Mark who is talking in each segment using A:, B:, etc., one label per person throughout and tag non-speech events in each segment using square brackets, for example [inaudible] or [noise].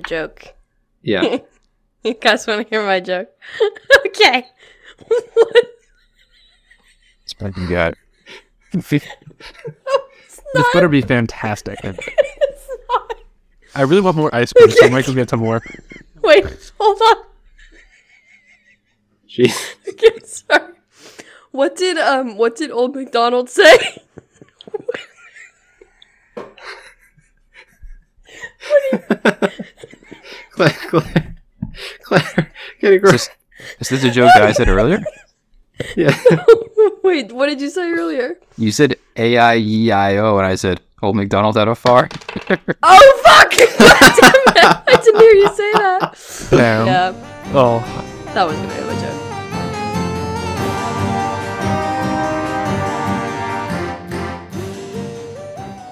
A: joke. [laughs]
B: Yeah.
A: You guys want to hear my joke? [laughs] okay.
C: It's pretty good.
B: this
A: it's not.
B: better be fantastic.
A: [laughs] It's not.
B: I really want more ice cream, so Michael get some more.
A: Wait, hold on. [laughs]
B: Jeez.
A: Okay, sorry. What did um what did old McDonald say? [laughs]
B: Claire, Claire, Claire, get a grip.
C: Is this, is this a joke that I said earlier?
B: Yeah.
A: Wait, what did you say earlier?
C: You said A I E I O, and I said Old McDonald at a far.
A: Oh fuck! [laughs] God damn it. I didn't hear you say that.
D: Um,
B: Damn.
A: Yeah,
B: Oh,
A: that was gonna be my joke.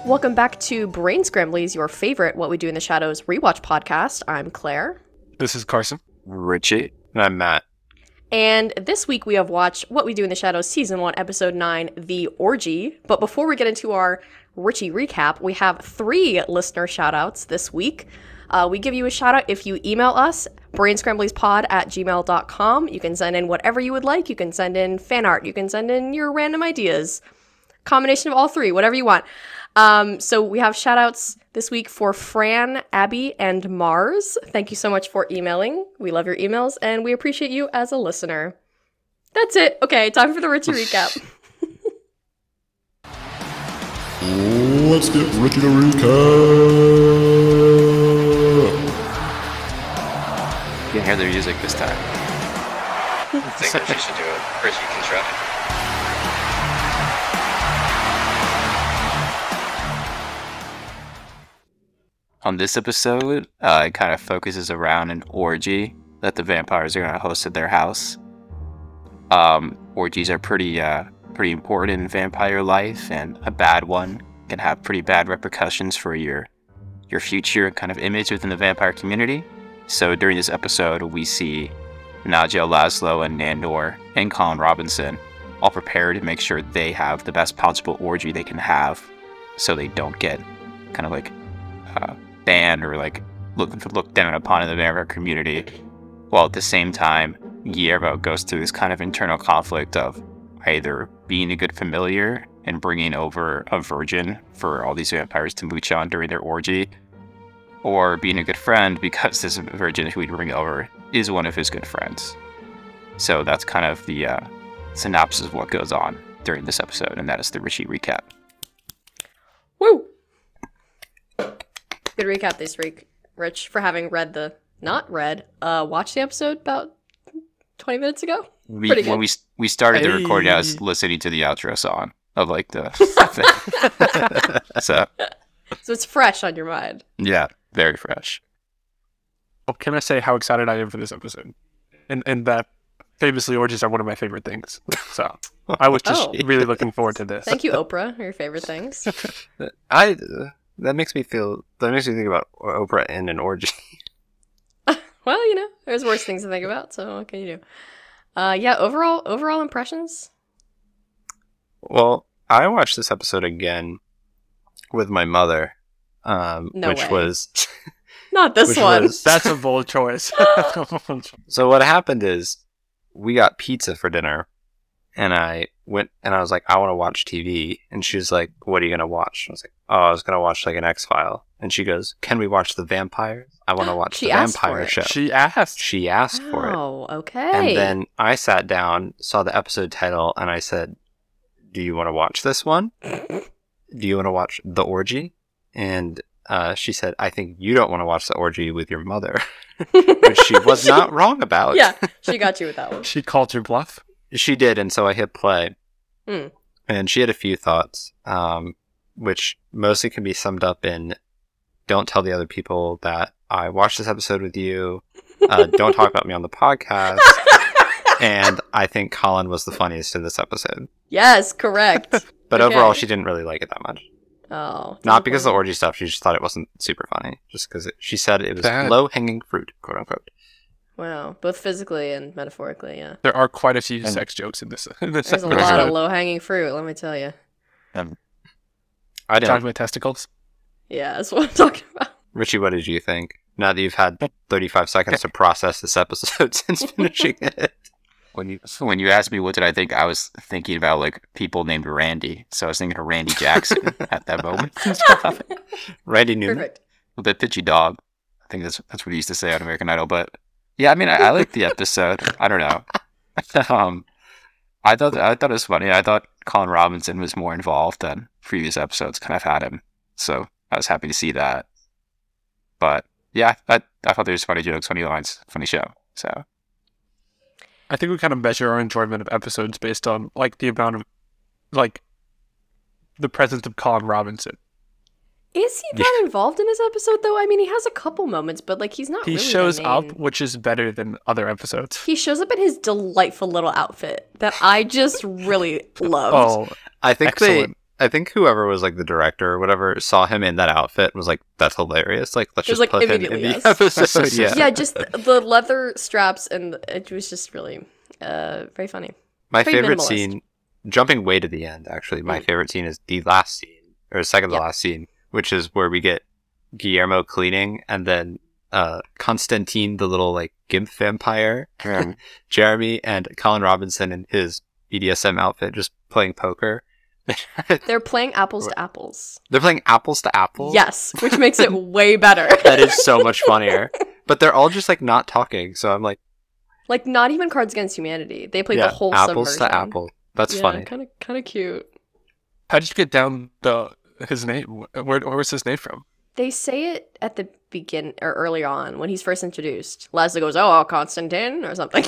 A: Welcome back to Brain Scramblies, your favorite What We Do in the Shadows rewatch podcast. I'm Claire.
B: this is Carson.
C: Richie.
B: And I'm Matt.
A: And this week we have watched What We Do in the Shadows Season 1, Episode 9, The Orgy. But before we get into our Richie recap, we have three listener shout outs this week. Uh, we give you a shout out if you email us, brainscramblingspod at gmail.com. You can send in whatever you would like. You can send in fan art. You can send in your random ideas. Combination of all three, whatever you want. Um, so we have shout outs this week for Fran, Abby, and Mars. Thank you so much for emailing. We love your emails and we appreciate you as a listener. That's it. Okay, time for the Richie recap.
E: Let's get Richie to recap.
C: You can hear the music this time.
D: I think Richie should do it. Richie can try.
C: On this episode, uh, it kind of focuses around an orgy that the vampires are going to host at their house. Um, orgies are pretty, uh, pretty important in vampire life, and a bad one can have pretty bad repercussions for your, your future kind of image within the vampire community. So during this episode, we see Nadia Laszlo and Nandor and Colin Robinson all prepared to make sure they have the best possible orgy they can have, so they don't get kind of like uh, banned or like looked looked down upon in the vampire community. While at the same time, Guillermo goes through this kind of internal conflict of either being a good familiar and bringing over a virgin for all these vampires to mooch on during their orgy, or being a good friend because this [laughs] virgin who he'd bring over is one of his good friends. So that's kind of the uh, synopsis of what goes on during this episode, and that is the Richie recap.
A: Woo! Good recap this week, Rich, for having read the not read, uh watched the episode about twenty minutes ago.
C: we,
A: Pretty good.
C: when we s- we started the recording, I was
B: Hey.
C: listening to the outro song of like
D: [laughs]
C: the [laughs] so
A: So it's fresh on your mind.
C: yeah, very fresh.
B: Well, can I say how excited I am for this episode? And and that famously orgies are one of my favorite things. So I was just
A: Oh.
B: really looking forward to this.
A: Thank you, Oprah, your favorite things.
D: [laughs] I. Uh, that makes me feel. That makes me think about Oprah and an orgy. [laughs]
A: Well, you know, there's worse things to think about, so what can you do? Uh yeah, overall overall impressions.
D: Well, I watched this episode again with my mother, um,
A: No
D: which
A: way.
D: was
A: [laughs] Not this
D: Which
A: one.
D: was-
B: That's a bold
A: [laughs]
B: choice. [laughs]
D: so. What happened is we got pizza for dinner, and I went and I was like, I want to watch TV, and she was like, What are you gonna watch? I was like, Oh, I was gonna watch like an X File, and she goes, Can we watch the vampires?
A: [gasps]
D: I want to watch
A: She
D: the
A: asked for
D: vampire
A: it.
D: show.
B: she asked.
D: she asked for it.
A: Oh, okay.
D: And then I sat down, saw the episode title, and I said, Do you want to watch this one? Do you want to watch The Orgy? And uh, she said, I think you don't want to watch The Orgy with your mother, [laughs] which she
A: [laughs]
D: was not wrong
A: [laughs]
D: about. [laughs]
A: yeah, she got you with that one.
B: She called your bluff.
D: She did. And so I hit play.
A: Hmm.
D: And she had a few thoughts, um, which mostly can be summed up in don't tell the other people that I watched this episode with you. Uh, don't talk about me on the podcast. and I think Colin was the funniest in this episode.
A: [laughs] yes, correct.
D: But
A: Okay.
D: overall, she didn't really like it that much.
A: Oh,
D: Not because of
A: disappointing.
D: the orgy stuff; she just thought it wasn't super funny. Just because she said it was
B: That-
D: low hanging fruit, quote unquote.
A: wow, both physically and metaphorically. Yeah,
B: There are quite a few
C: And-
B: sex jokes in this. In this
A: there's a
C: Right.
A: lot of
B: episode.
A: low hanging fruit. Let me tell you.
C: Um,
D: I
B: Talking
D: didn't.
B: about testicles.
A: Yeah, that's [laughs] what I'm talking about.
D: Richie, what did you think? Now that you've had 35 seconds to process this episode [laughs] since finishing it.
C: When you when you asked me what did I think, I was thinking about like people named Randy. So I was thinking of Randy
D: [laughs]
C: Jackson at that moment. [laughs]
D: Randy Newman.
A: Perfect.
C: the pitchy dog. I think that's that's what he used to say on American Idol. But yeah, I mean, I, I like the episode. I don't know. um, I thought I thought it was funny. I thought Colin Robinson was more involved than previous episodes kind of had him, so I was happy to see that. But yeah, I, I thought there was funny jokes, funny lines, funny show. So
B: I think we kind of measure our enjoyment of episodes based on like the amount of like the presence of Colin Robinson.
A: Is he that involved in this episode though? I mean, he has a couple moments, but like he's not.
B: He
A: really the
B: shows
A: main-
B: up, which is better than other episodes.
A: He shows up in his delightful little outfit that I just
D: [laughs]
A: really loved.
B: Oh,
D: I think
B: Excellent.
D: they. I think whoever was like the director or whatever saw him in that outfit and was like, "That's hilarious! Like, let's
A: It was,
D: just
A: like,
D: put him in
A: immediately
D: the
A: us.
C: [laughs]
D: episode." yeah.
A: Yeah, just th- the leather straps and th- it was just really uh very funny.
D: My
A: Pretty
D: favorite
A: minimalist.
D: scene, jumping way to the end, actually, my favorite scene is the last scene, or second to
A: Mm. Yeah.
D: last scene, which is where we get Guillermo cleaning and then uh, Constantine, the little like gimp vampire,
C: um,
A: Mm.
D: [laughs] Jeremy, and Colin Robinson in his BDSM outfit just playing poker. [laughs]
A: They're playing apples to apples.
D: They're playing apples to apples.
A: Yes, which makes it way better.
D: [laughs] That is so much funnier. But they're all just like not talking. So I'm like,
A: [laughs] like not even Cards Against Humanity. They played
D: yeah,
A: the whole
D: apples
A: subversion.
D: to apple. That's funny.
A: Kind of kind of cute.
B: how did you get down the his name? Where where was his name from?
A: They say it at the begin or early on when he's first introduced. Leslie goes, "Oh, Constantine" or something.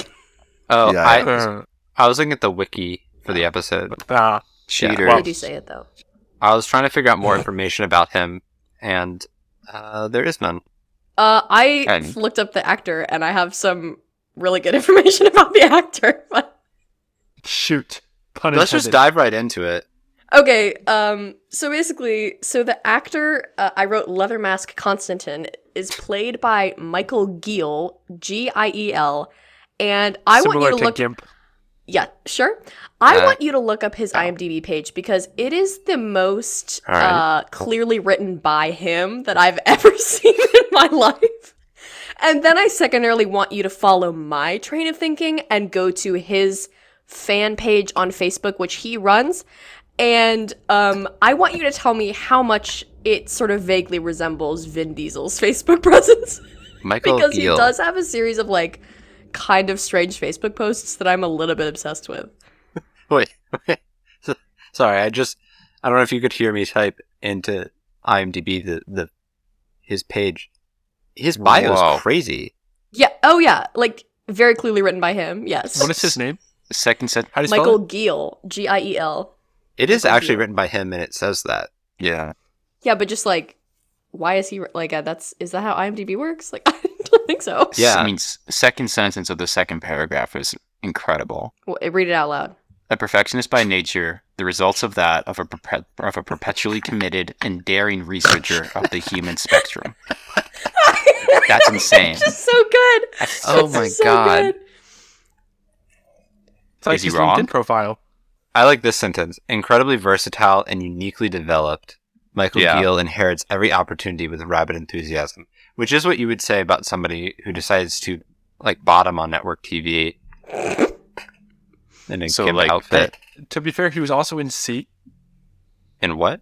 D: Oh,
E: Yeah.
D: I,
B: Uh,
D: I was looking at the wiki for the episode.
B: ah,
C: cheater.
B: well-
A: They do say it though.
D: I was trying to figure out more information about him, and uh, there is none.
A: Uh, I
C: And-
A: f- looked up the actor, and I have some really good [laughs] information about the actor. But
B: shoot. Pun
D: Let's just
B: intended.
D: dive right into it.
A: okay, um, so basically, so the actor uh, I wrote Leather Mask Constantine is played by Michael Giel, G I E L, and I
B: Similar
A: want you to
B: to
A: look.
B: Gimp.
A: Yeah, sure. I
C: Uh,
A: want you to look up his IMDb page because it is the most
D: All right.
A: uh, clearly written by him that I've [laughs] ever seen in my life. And then I secondarily want you to follow my train of thinking and go to his fan page on Facebook, which he runs. And um, I want you to tell me how much it sort of vaguely resembles Vin Diesel's [laughs] Facebook presence
D: Michael
A: because he
D: Giel.
A: does have a series of like kind of strange Facebook posts that I'm a little bit obsessed with.
D: Wait, wait. So- Sorry, I just I don't know if you could hear me type into IMDb the the his page. His bio
C: Whoa.
D: is crazy.
A: Yeah. Oh yeah. Like very clearly written by him. Yes.
B: What is his name?
C: Second set.
B: How do you spell
A: Michael
B: it?
A: Giel. G I E L.
D: It is
A: Michael
D: actually
A: Giel.
D: written by him, and it says that.
C: Yeah.
A: Yeah, but just like, why is he like? Uh, that's is that how IMDb works? Like, [laughs] I don't think so.
D: Yeah.
C: I mean, s- second sentence of the second paragraph is incredible.
A: Well, read it out loud. [laughs]
C: A perfectionist by nature, the results of that of a, perpe- of a perpetually committed and daring researcher of the human spectrum. That's insane.
A: It's [laughs] just so good.
D: Oh
A: It's
D: my
A: so
D: God.
A: good.
B: It's like
C: Is he
B: his
C: wrong?
B: LinkedIn profile.
D: I like this sentence. Incredibly versatile and uniquely developed, Michael
C: Yeah.
D: Giel inherits every opportunity with rabid enthusiasm, which is what you would say about somebody who decides to like bottom on network TV [laughs] in a
C: So,
D: gimp
C: like,
D: outfit.
B: To be fair, he was also in Seek.
D: In what?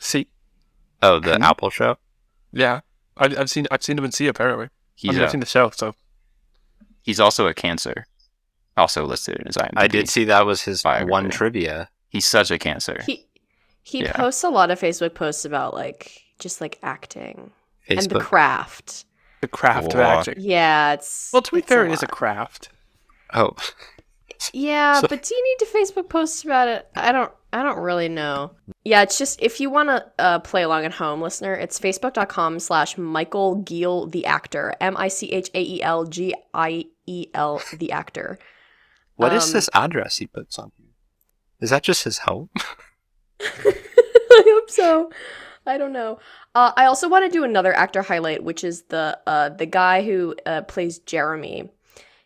B: Seek.
D: Oh, the
C: Hmm?
D: Apple show.
B: Yeah, I, I've seen I've seen him in Sea apparently.
C: He's,
B: I mean, I've
C: a,
B: seen the show, so
C: he's also a cancer, also listed in his IMDb.
D: I did see that was his
C: Biography.
D: one trivia.
C: He's such a cancer.
A: He he
C: Yeah.
A: posts a lot of Facebook posts about like just like acting and the
D: Facebook.
A: craft.
B: the craft of
C: Whoa.
B: acting.
A: Yeah, it's
B: Well, to be
A: it's
B: fair, it is a
A: lot.
B: [laughs] craft.
D: oh, [laughs]
A: Yeah,
D: So-
A: but do you need to Facebook post about it? I don't. I don't really know. Yeah, it's just if you want to uh, play along at home, listener, it's facebook.com slash Michael Giel the actor. M I C H A E L G I E L the actor. [laughs]
D: what is
A: Um,
D: this address he puts on here? Is that just his home? [laughs]
A: I hope so. I don't know. Uh, I also want to do another actor highlight, which is the uh, the guy who uh, plays Jeremy.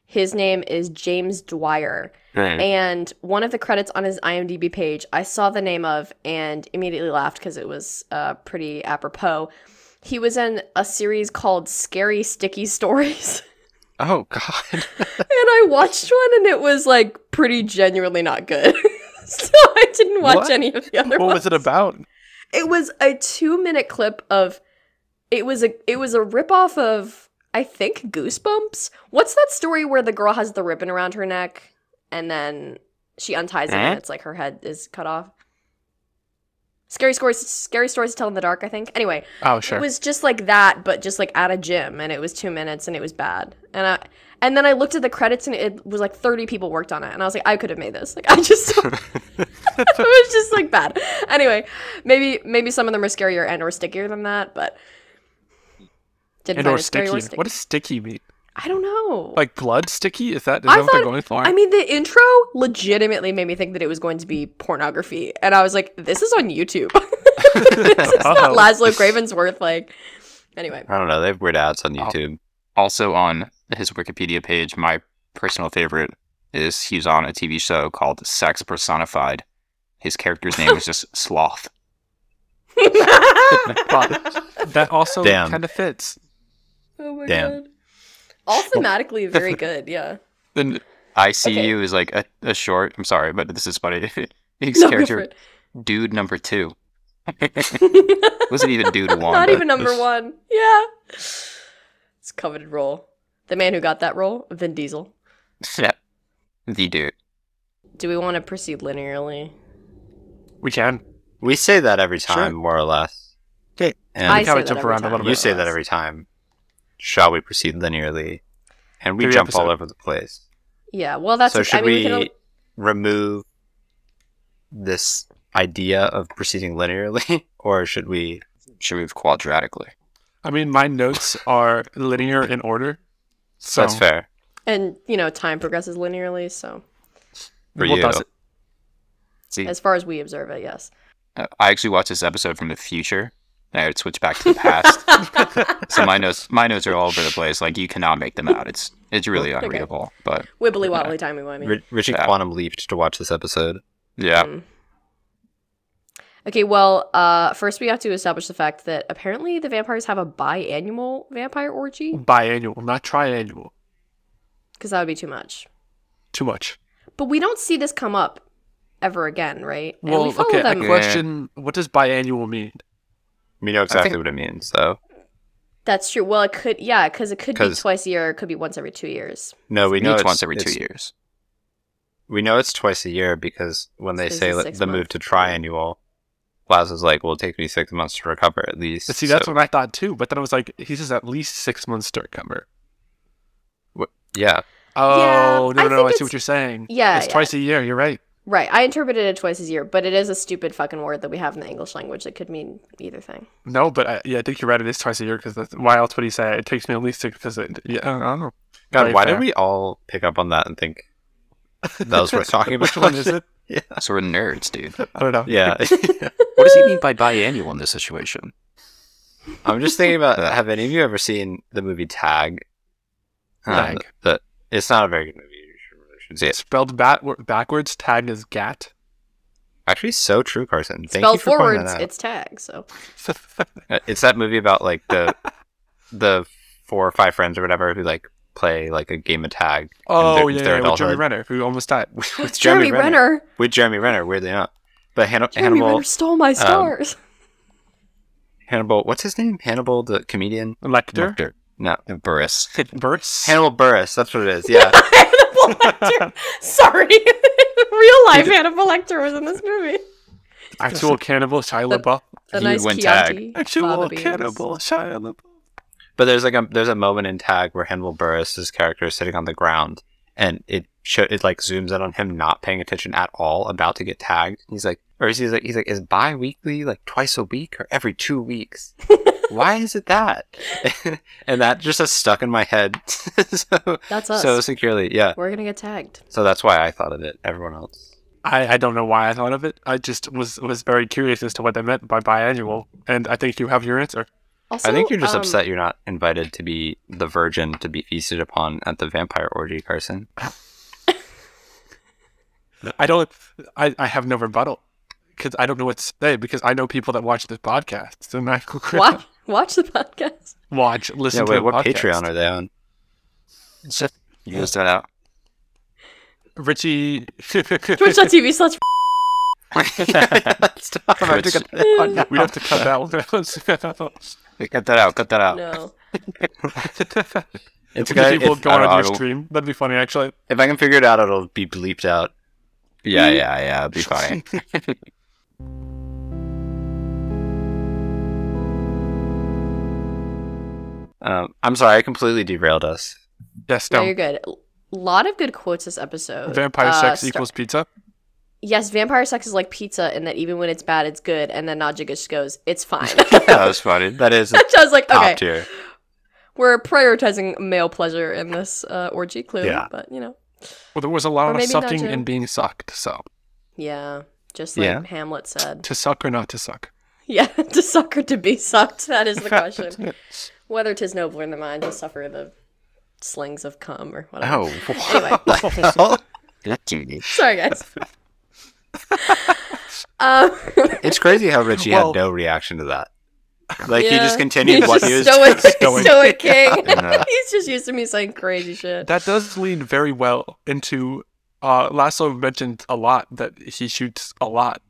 A: His name is James Dwyer. And one of the credits on his IMDb page, I saw the name of and immediately laughed because it was uh, pretty apropos. He was in a series called Scary Sticky Stories. [laughs]
B: Oh God.
A: and I watched one and it was like pretty genuinely not good. [laughs] so I didn't watch
B: What?
A: any of the other
B: what
A: ones.
B: was it about?
A: It was a two minute clip of it was a it was a ripoff of I think Goosebumps. What's that story where the girl has the ribbon around her neck and then she unties it and
C: Huh?
A: it's like her head is cut off? Scary stories scary stories to tell in the dark, I think. Anyway,
B: Oh sure.
A: it was just like that, but just like at a gym, and it was two minutes, and it was bad. And I, and then I looked at the credits, and it was like thirty people worked on it, and I was like, I could have made this. Like [laughs] I
B: [laughs]
A: just, it was just like bad. Anyway, maybe maybe some of them are scarier and or stickier than that, but didn't
B: and
A: find
B: or
A: it scary
B: sticky.
A: or sticky.
B: What does sticky mean?
A: I don't know.
B: Like blood sticky? Is that is
A: I
B: that what they're
A: thought-
B: going for?
A: I mean, the intro legitimately made me think that it was going to be pornography, and I was like, this is on YouTube. [laughs] this is
B: [laughs] Uh-oh.
A: not Laszlo Cravensworth. Like, anyway.
D: I don't know. They have weird ads on
C: Oh.
D: YouTube.
C: Also on his Wikipedia page, my personal favorite is he's on a TV show called Sex Personified. His character's name is
A: [laughs]
C: just Sloth.
A: oh
B: [laughs] that also
D: Damn.
B: kind of fits.
A: my
D: Damn.
A: god. All thematically very good, yeah.
B: Then
C: ICU is like a, a short. I'm sorry, but this is funny. [laughs]
A: No, go
C: His
A: for
C: character,
A: it.
C: dude number two.
D: [laughs]
C: Wasn't even dude one.
A: [laughs] Not
C: but
A: even number
C: just-
A: one. Yeah. It's a coveted role. The man who got that role, Vin Diesel.
C: Yeah. The dude.
A: Do we want to proceed linearly?
B: we can.
D: We say that every time,
B: Sure.
D: more or less.
B: Okay.
D: And
A: I
B: we kind
A: say
B: of
A: that
B: jump
A: every
B: around
A: time.
B: a little
D: you
B: bit.
D: say that every time. Shall we proceed linearly? And we
B: Every
D: jump all
B: episode.
D: over the place.
A: Yeah, well, that's.
D: so should
A: I mean, we,
D: we,
A: can only-
D: remove this idea of proceeding linearly, [laughs] or should we?
C: Should move quadratically.
B: I mean, my notes are linear in order. So
D: That's fair.
A: and, you know, time progresses linearly, so
D: For
B: we'll
D: you.
B: toss it.
C: See,
A: as far as we observe it,
D: [laughs]
A: yes.
C: uh, I actually watched this episode from the future. And I would switch back to the past.
A: [laughs]
C: so my notes, my notes are all over the place. Like you cannot make them out. It's it's really unreadable. But
A: Wibbly wobbly timey wimey.
D: Ri- Richie
C: Yeah.
D: Quantum leaped to watch this episode.
C: yeah,
A: Mm. Okay, well, uh, first we have to establish the fact that apparently the vampires have a biannual vampire
D: Hmm.
A: orgy,
B: Biannual, not triannual.
A: because that would be too much.
B: Too much.
A: But we don't see this come up ever again, right? And we
B: Well,
A: follow
B: okay.
A: them.
B: I question: What does biannual mean?
D: We know exactly
C: think-
D: what it means, though.
A: That's true. Well, it could, yeah, because it could be
D: 'Cause-
A: twice a year, it could be once every two years.
D: No, we
C: we
D: know
C: meet
D: it's
C: once every
D: it's-
C: two years.
D: We know it's twice a year because when they
A: It's
D: say
A: a
D: let,
A: six
D: the
A: month
D: move to
A: period.
D: triannual, Laza's like, "Well, it takes me six months to recover at least."
B: See, that's
D: So-
B: what I thought too. But then I was like, he says at least six months to recover.
D: yeah.
B: Oh
A: I
B: no, no,
A: think
B: I see
A: it's-
B: what you're saying.
A: Yeah,
B: it's
A: yeah.
B: twice a year. You're right.
A: Right. I interpreted it twice as year, but it is a stupid fucking word that we have in the English language. It could mean either thing.
B: No, but I, yeah, I think you're right. It is twice a year because why else would he say it takes me at least six? Because it, yeah, I don't know.
D: God,
B: Right
D: why
B: there.
D: did we all pick up on that and think that
B: [laughs]
D: was worth talking about?
B: Which one is it?
C: So we're nerds, dude.
B: I don't know. [laughs]
D: Yeah,
C: What does he mean by biannual in this situation?
D: I'm just thinking about.
C: Yeah.
D: Have any of you ever seen the movie Tag? Uh,
B: Tag.
D: the- it's not a very good movie. You should, you should see it.
B: Spelled bat- backwards, tagged as gat.
D: Actually, so true, Carson. Thank you
A: Spelled
D: for pointing
A: forwards,
D: that out.
A: it's tag. So
D: Uh, It's that movie about like the
A: [laughs]
D: the four or five friends or whatever who like play like a game of tag. [laughs] in their-
B: Oh yeah,
D: their
B: yeah, with Jeremy
D: adulthood.
B: Renner, who almost died.
D: With, with Jeremy, Renner. With Jeremy Renner, weirdly enough. But Hanna-
A: Jeremy
D: Hannibal,
A: Renner stole
D: um,
A: my stars.
D: Hannibal, what's his name? Hannibal, the comedian?
B: Lecter,
C: Doctor
D: No,
C: Burris.
B: [laughs] Burris.
D: Hannibal Burris. That's what it is. Yeah,
A: [laughs] Hannibal [laughs] Lecter. Sorry. Real life Hannibal Lecter was in this movie.
B: Actual cannibal Shia
A: The-
B: LaBeouf.
A: The
D: He
A: nice
D: went
A: Chianti.
B: Actual
A: Baba Beans.
B: cannibal Shia LaBeouf.
D: but there's like a there's a moment in Tag where Hannibal Burris's character is sitting on the ground, and it show, it like zooms in on him not paying attention at all, about to get tagged. He's like, or he's like, he's like, is bi-weekly like twice a week or every two weeks? Why is it that? [laughs] and that just has stuck in my head [laughs] so,
A: That's us.
D: so securely. Yeah.
A: We're gonna get tagged.
D: So that's why I thought of it. Everyone else.
B: I, I don't know why I thought of it. I just was was very curious as to what they meant by biannual, and I think you have your answer.
A: Also,
D: I think you're just
A: um,
D: upset [laughs] you're not invited to be the virgin to be feasted upon at the vampire orgy, Carson.
B: I don't. I, I have [laughs] no rebuttal because I don't know what to say because I know people that watch this podcast, and I
A: Why? Watch the
D: [laughs]
A: podcast.
B: Watch, listen
D: Yeah,
B: to
D: wait, what
B: the
D: Patreon
B: podcast.
D: are they on?
B: It's just
C: You can
B: [laughs]
C: start out.
B: Richie.
A: Twitch.tv
D: [laughs]
A: slash.
D: Stop, I have to cut that out now.
B: [laughs] we have to cut that one. [laughs]
D: [laughs]
C: Cut that out. Cut that out.
A: [laughs] No.
D: It's
B: Richie
D: okay.
B: will
D: If,
B: go on
D: I don't
B: another
D: know, it'll-
B: stream. That'd be funny, actually.
D: if I can figure it out, it'll be bleeped out.
C: Yeah,
A: Mm.
C: yeah, yeah. It'd
A: [laughs]
C: be fine.
D: Um, I'm sorry, I completely derailed us.
B: Yes,
A: No, you're
B: no.
A: good. A lot of good quotes this episode.
B: Vampire
A: Uh,
B: sex
A: start-
B: equals pizza.
A: Yes, vampire sex is like pizza in that even when it's bad, it's good. And then Nadja just goes, it's fine.
D: [laughs]
A: [laughs]
C: that was funny.
D: That is
A: I was like, [laughs]
D: top
A: okay,
D: tier.
A: we're prioritizing male pleasure in this uh, orgy, clearly.
D: Yeah.
A: But, you know,
B: Well, there was a
A: Or
B: lot of
A: maybe not
B: sucking
A: to-
B: and being sucked. So
A: yeah, just like
D: Yeah.
A: Hamlet said. [laughs]
B: to suck or not to suck.
A: Yeah, to suck or to be sucked, that
D: [laughs]
A: is the question. Whether 'tis nobler in the mind to suffer the slings of cum or whatever.
D: Oh,
A: Anyway.
D: what [laughs] the hell?
A: Sorry,
D: [laughs]
A: guys. um,
D: It's crazy how Richie
B: Well-
D: had no reaction to that. Like he
A: yeah.
D: just continued
A: [laughs] He's
D: what
A: just
D: he was. [laughs]
A: stoic,
B: doing.
A: [laughs] stoic king.
C: Yeah.
A: [laughs] He's just used to me saying crazy shit.
B: That does lean very well into. Uh, Lasso mentioned a lot that he shoots a lot,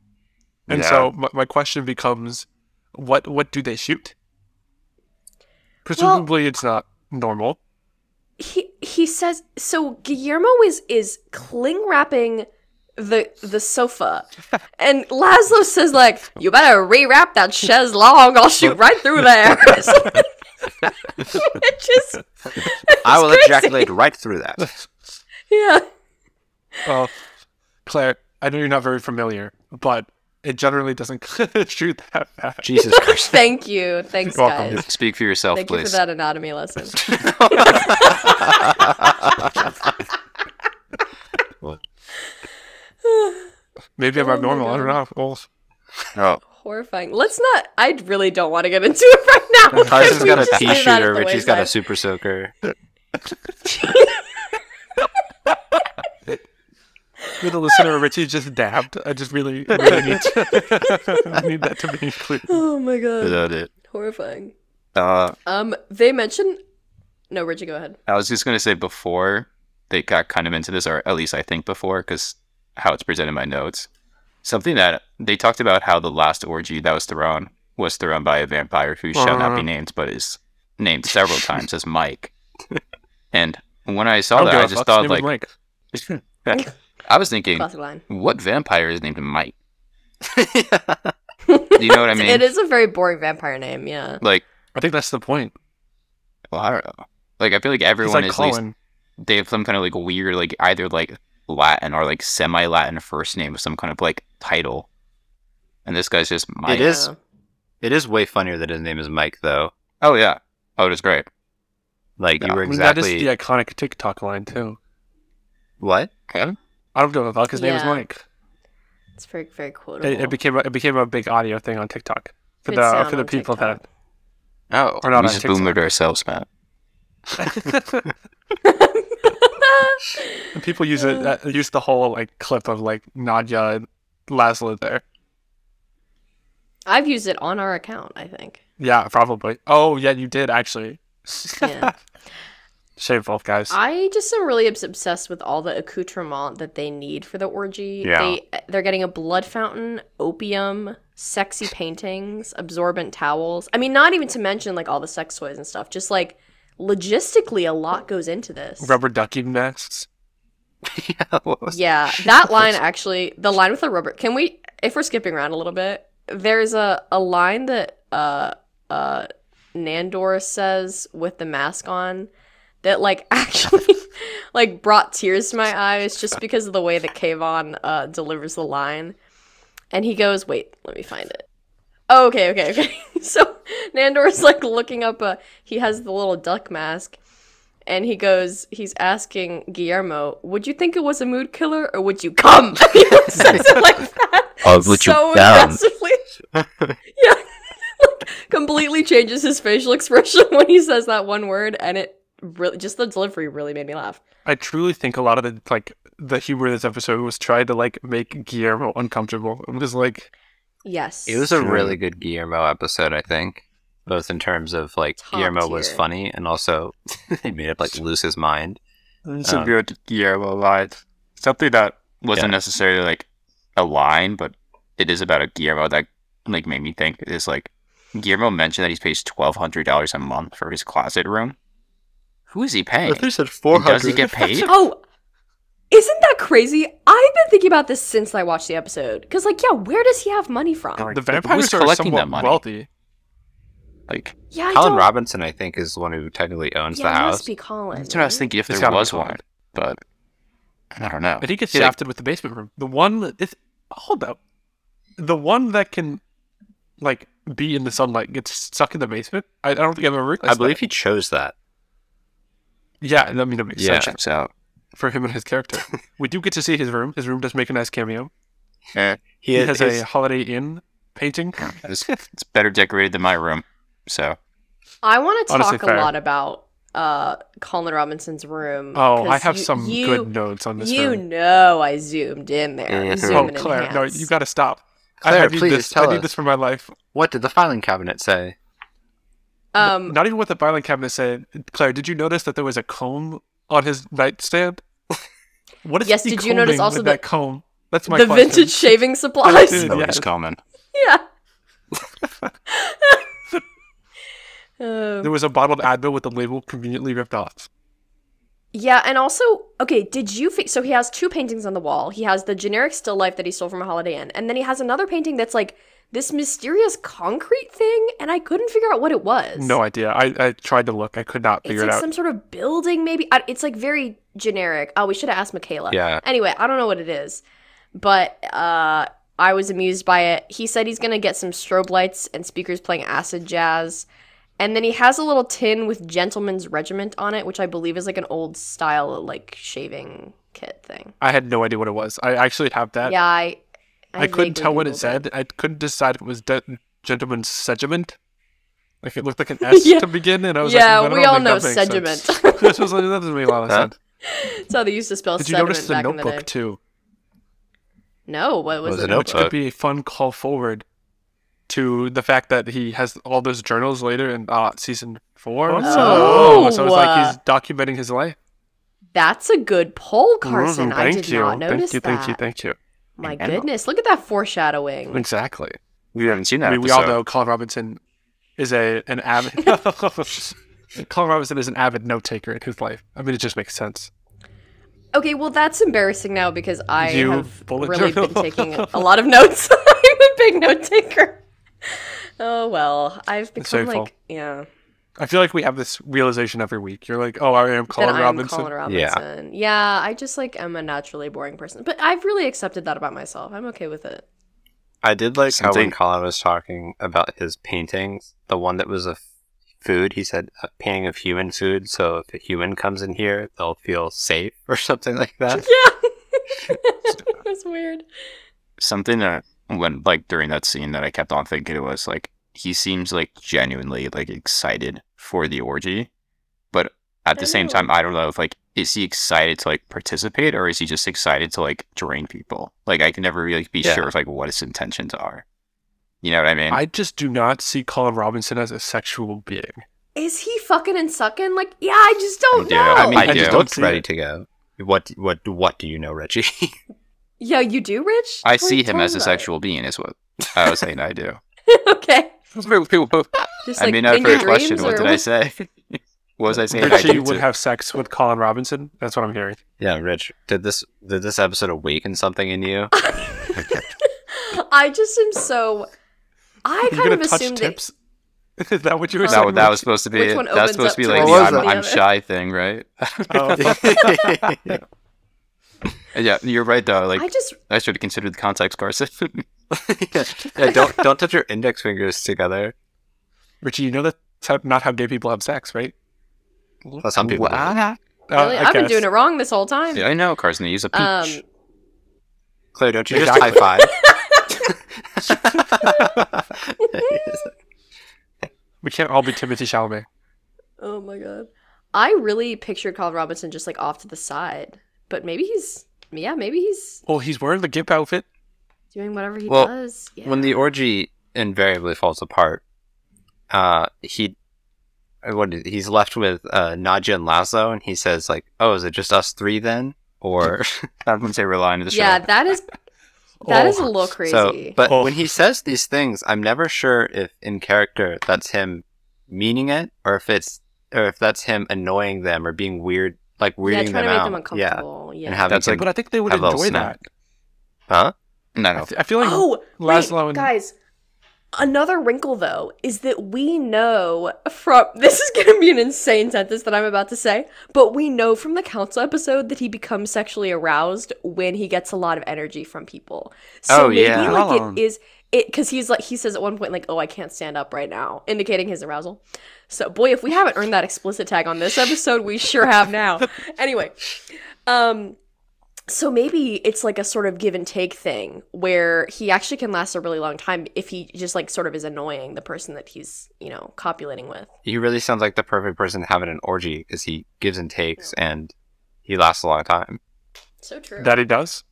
B: and
C: Yeah.
B: so my, my question becomes, what what do they shoot? Presumably, it's not normal.
A: he he says so Guillermo is is cling wrapping the the
D: [laughs]
A: sofa and Laszlo says like you better rewrap that chaise long I'll shoot right through
D: [laughs]
A: there [laughs] it just
D: I will
A: crazy.
D: ejaculate right through that.
A: [laughs] yeah
B: Well, Uh, Claire, I know you're not very familiar, but it generally doesn't [laughs] shoot that fast.
D: Jesus Christ!
A: [laughs] thank you thanks
B: You're welcome.
A: guys
C: Speak for yourself,
A: thank you for
C: please.
A: that anatomy lesson
D: [laughs]
B: Maybe I'm
A: Oh my
B: abnormal. I don't know. Well,
C: Oh,
A: horrifying let's not I really don't want to get into it right now
D: Carson's
A: We
D: got a
A: just
D: pea
A: leave that at
D: shooter.
A: the
D: Richie's got a
A: wayside. [laughs]
D: super soaker.
B: you're the listener, Richie just dabbed. I just really, really need, to, [laughs] I need that to be clear.
A: oh my god
C: without it.
A: horrifying
C: Uh,
A: um they mention no Richie go ahead
C: I was just gonna say before they got kind of into this, or at least I think before, because how it's presented in my notes, something that they talked about how the last orgy that was thrown was thrown by a vampire who shall not be named, but is named several times
B: [laughs]
C: as Mike. And when I
B: I
C: saw
B: don't
C: that,
B: give
C: I
B: a
C: just
B: fuck. His
C: thought
B: name was
C: like,
B: Mike.
C: [laughs] I was thinking,
A: classic line
C: what vampire is named Mike? You know what I
A: [laughs]
C: mean?
A: It is a very boring vampire name, yeah.
C: Like,
B: I think that's the point.
C: well, I don't know. Like, I feel like
B: He's
C: everyone
B: like
C: is at least
B: Colin.
C: they have some kind of like weird like either like Latin or like semi Latin first name with some kind of like title. And this guy's just
D: It
C: Mike.
D: is.
A: Yeah.
D: It is way funnier that his name is Mike, though.
C: Oh yeah. Oh, it is great.
D: Like you
C: Yeah.
D: were
B: I mean, that is
D: exactly
B: the iconic TikTok line too.
D: what? [laughs]
B: I don't give a fuck. His name is
A: Yeah.
B: Mike.
A: It's very, very quotable.
B: It, it became a, it became a big audio thing on TikTok for
A: Good
B: the
A: sound
B: for the
A: on
B: people
A: TikTok.
D: Oh,
B: that are not
C: we
B: on
C: just
B: TikTok.
C: boomered ourselves, Matt.
B: [laughs] And people use it uh, use the whole like clip of like Nadja and Laszlo there.
A: [laughs] I've used it on our account, I think.
B: Yeah, probably. Oh yeah, you did actually. [laughs]
A: Yeah.
B: Shameful, guys.
A: I just am really obs- obsessed with all the accoutrement that they need for the orgy.
D: Yeah.
A: They they're getting a blood fountain, opium, sexy paintings, absorbent towels. I mean, not even to mention like all the sex toys and stuff. Just like logistically a lot goes into this.
B: Rubber ducky masks.
D: yeah. What was
A: Yeah, that line actually, the line with the rubber. Can we, if we're skipping around a little bit, there's a, a line that uh, uh, Nandor says with the mask on that, like, [laughs] actually, like, brought tears to my eyes just because of the way that Kayvon uh, delivers the line. And he goes, wait, let me find it. Oh, okay, okay, okay. [laughs] so Nandor is like looking up a, he has the little duck mask and he goes, he's asking Guillermo, would you think it was a mood killer or would you come? [laughs] he says it like that.
C: Or [laughs] would you
A: so
C: come?
A: aggressively. [laughs] yeah. [laughs] like, completely changes his facial expression [laughs] when he says that one word and it really just the delivery really made me laugh.
B: I truly think a lot of the like the humor of this episode was trying to like make Guillermo uncomfortable. I'm just like
A: Yes.
D: It was a
C: Sure.
D: really good Guillermo episode, I think. both in terms of like
A: Top
D: Guillermo was
A: tier.
D: funny and also [laughs] he made up like lose his mind.
C: It's
D: Um,
C: a good Guillermo line. Something that Uh-huh. wasn't necessarily like a line, but it is about a Guillermo that like made me think is like Guillermo mentioned that he pays twelve hundred dollars a month for his closet room. Who is he paying?
B: If they said
C: And
B: 400.
C: Does he get [laughs] paid?
A: Oh, isn't that crazy? I've been thinking about this since I watched the episode. Because, like, yeah, where does he have money from?
C: Like,
B: The
C: who's
B: vampires are
C: collecting that
B: somewhat
C: money?
B: wealthy.
C: Like
A: yeah, I
D: Colin
A: don't-
D: Robinson, I think, is the one who technically owns
A: yeah,
D: the
A: it
D: house.
A: must be Colin.
C: that's what I was
A: right?
C: thinking. If
B: It's
C: there
B: gotta be
C: was
B: Colin.
C: one, but I don't know.
B: I think it's
C: He's like,
B: shafted with the basement room. The one that it's hold up. The one that can like be in the sunlight gets stuck in the basement. I, I don't think I've ever realized.
D: I believe he chose that.
B: He- yeah, I mean that makes
D: Yeah.
B: sense
C: checks out.
B: for him and his
D: [laughs]
B: character. we do get to see his room. His room does make a nice cameo.
C: Eh,
D: He,
B: He
D: is-
B: has
D: his-
B: a Holiday Inn painting.
C: it's, it's better decorated than my room, so
A: I want to talk
B: Honestly,
A: a
B: fair.
A: lot about uh, Colin Robinson's room.
B: Oh, I
A: 'cause
B: have
A: you-
B: some
A: you-
B: good notes on this
A: You
B: room.
A: know, I zoomed in there.
D: Yeah.
B: Oh,
A: Zoom and
B: Claire, no,
A: enhance.
B: you got to stop. I, I
D: Claire,
B: need
D: please
B: this.
D: tell
B: I need
D: us.
B: this for my life.
D: What did the filing cabinet say?
A: Um,
B: Not even what the filing cabinet said. Claire, did you notice that there was a comb on his nightstand? What is
A: Yes,
B: he
A: did you notice
B: combing
A: also
B: with
A: the-
B: that comb? That's my
A: the
B: question.
A: vintage
B: [laughs]
A: shaving supplies.
B: Dude,
C: nobody's
B: yes.
C: coming.
A: yeah. Um,
B: There was a bottled Advil with the label conveniently ripped off.
A: Yeah, and also, okay, did you fi- so he has two paintings on the wall. He has the generic still life that he stole from a Holiday Inn, and then he has another painting that's like this mysterious concrete thing, and I couldn't figure out what it was.
B: No idea. I, I tried to look. I could not
A: it's
B: figure it
A: like
B: out.
A: some sort of building, maybe. I, it's like very generic. Oh, we should have asked Michaela.
D: Yeah.
A: Anyway, I don't know what it is, but uh, I was amused by it. He said he's gonna get some strobe lights and speakers playing acid jazz, and then he has a little tin with Gentleman's Regiment on it, which I believe is like an old style like shaving kit thing.
B: I had no idea what it was. I actually have that.
A: yeah, I.
B: I, couldn't
A: vaguely
B: tell what
A: Googled
B: it said. I couldn't decide if it was de- Gentleman's Segment. Like it looked like an
A: [laughs]
B: S
A: Yeah.
B: to begin, and I was
A: Yeah,
B: like, "Well, I
A: we
B: don't
A: all
B: think that
A: know sediment.
B: makes sense." [laughs] this was like, that doesn't make a lot of
D: Huh?
B: sense.
A: That's how they used to spell
B: Did you
A: sediment
B: notice the
A: back in the
B: notebook
A: day.
B: too?
A: No, what was,
D: Was
A: the
D: it
B: Which
A: notebook?
D: notebook?
B: could be a fun call forward to the fact that he has all those journals later in uh, season four. or so.
A: Oh.
B: so it's like he's documenting his life.
A: That's a good poll, Carson.
B: Mm,
A: I
B: thank
A: did
B: you.
A: not
B: thank
A: notice
B: you,
A: that.
B: thank you, thank you.
A: My
C: And-
A: goodness, look at that foreshadowing.
B: Exactly.
C: We haven't seen that.
B: I mean, we
C: episode.
B: all know Colin Robinson is a an avid.
A: [laughs]
B: [laughs] Colin Robinson is an avid note taker in his life. I mean, it just makes sense.
A: Okay, well that's embarrassing now because I
B: You
A: have
B: bullet
A: really
B: journal.
A: been
C: [laughs]
A: taking a lot of notes. [laughs] I'm a big note taker. Oh well, I've become
B: very
A: like yeah.
B: I feel like we have this realization every week. You're like, oh, I am Colin
A: that I'm
B: Robinson.
A: Colin
D: Yeah.
A: Robinson. Yeah. I just like am a naturally boring person, but I've really accepted that about myself. I'm okay with it.
D: I did like how when
C: Something-
D: Colin was talking about his paintings, the one that was a f- food, he said a painting of human food. So if a human comes in here, they'll feel safe [laughs] or something like that.
A: [laughs] Yeah, [laughs] that's weird.
C: something that when like during that scene that I kept on thinking it was like he seems like genuinely like excited for the orgy, but at the same
A: Oh.
C: time I don't know if like is he excited to like participate or is he just excited to like drain people? Like I can never really be
D: Yeah.
C: sure of like what his intentions are. You know what I mean?
B: I just do not see Colin Robinson as a sexual being.
A: Is he fucking and sucking? Like yeah, I just don't
C: do.
A: know.
C: I mean,
D: I,
C: I
D: just
C: do.
D: looked
B: See
D: ready
B: it.
D: to go. What what what do you know, [laughs] Reggie?
A: yeah, you do, Rich.
C: I
A: What are
C: see
A: you
C: him as
A: talking
C: a
A: about?
C: sexual being is what I was saying I do.
A: [laughs] okay. Just
C: I
A: like
C: mean
A: in
C: not for
A: your
C: a question,
A: dreams
C: what
A: or
C: did I say? [laughs] what was I saying? I
B: Richie
C: do
B: would
C: to-
B: have sex with Colin Robinson. That's what I'm hearing.
D: yeah, Rich. Did this did this episode awaken something
A: [laughs]
D: in you?
A: I just am so. I
B: You're
A: kind of
B: gonna touch
A: assumed that
B: tips. [laughs] Is that what you were
A: Huh?
B: saying?
C: that, that was supposed to be
A: Which one
C: that
A: opens
C: was supposed
A: up
C: to be
A: to
C: like
D: one
C: the
D: or
C: I'm,
D: the
A: [laughs]
C: I'm
A: other?
C: shy thing, right?
B: [laughs] Oh,
D: [laughs]
C: yeah, you're right though. Like
A: I just
C: I should have considered the context, Carson. [laughs]
D: yeah, don't don't touch your index fingers together.
B: Richie, you know that's how, not how gay people have sex, right?
D: Well, some people. do.
B: Uh,
A: really,
B: I
A: I've been
B: guess.
A: doing it wrong this whole time.
C: Yeah, I know, Carson. You use a peach. [laughs]
A: um,
D: Claire, don't you just
B: Exactly.
D: high five? [laughs]
B: We can't all be Timothy Chalamet.
A: [laughs] oh my god, I really pictured Colin Robinson just like off to the side, but maybe he's yeah, maybe he's
B: Well, he's wearing the Gimp outfit.
A: doing whatever he
D: Well,
A: does. Yeah.
D: when the orgy invariably falls apart, uh, he what is- he's left with uh, Nadja and Laszlo, and he says like, "Oh, is it just us three then?" Or
C: [laughs] I wouldn't say we're lying to the show.
A: yeah, that is that is
B: Oh.
A: a little
D: so,
A: crazy.
D: but
B: Oh.
D: when he says these things, I'm never sure if in character that's him meaning it, or if it's or if that's him annoying them or being weird, like
A: yeah,
D: weirding
A: trying
D: them
A: to make
D: out.
A: them
D: yeah,
A: uncomfortable. Yeah.
D: and having
C: That's
D: to,
C: like-
B: but I think they would
D: have a little
B: enjoy
D: snack.
B: that.
D: huh?
C: no,
B: I,
C: no.
B: th- I feel like
A: oh,
B: Laszlo
A: wait,
B: and-
A: guys. Another wrinkle, though, is that we know from [laughs] this is going to be an insane sentence that I'm about to say, but we know from the council episode that he becomes sexually aroused when he gets a lot of energy from people. So
D: Oh,
A: maybe
D: yeah.
A: like
B: Um.
A: it is it because he's like he says at one point like, "Oh, I can't stand up right now," indicating his arousal. So boy, if we haven't earned that explicit tag on this episode, we sure have
D: [laughs]
A: now. anyway, um, so maybe it's like a sort of give and take thing where he actually can last a really long time if he just like sort of is annoying the person that he's, you know, copulating with.
D: He really sounds like the perfect person to have in an orgy because he gives and takes and he lasts a long time.
A: So true.
B: that he does.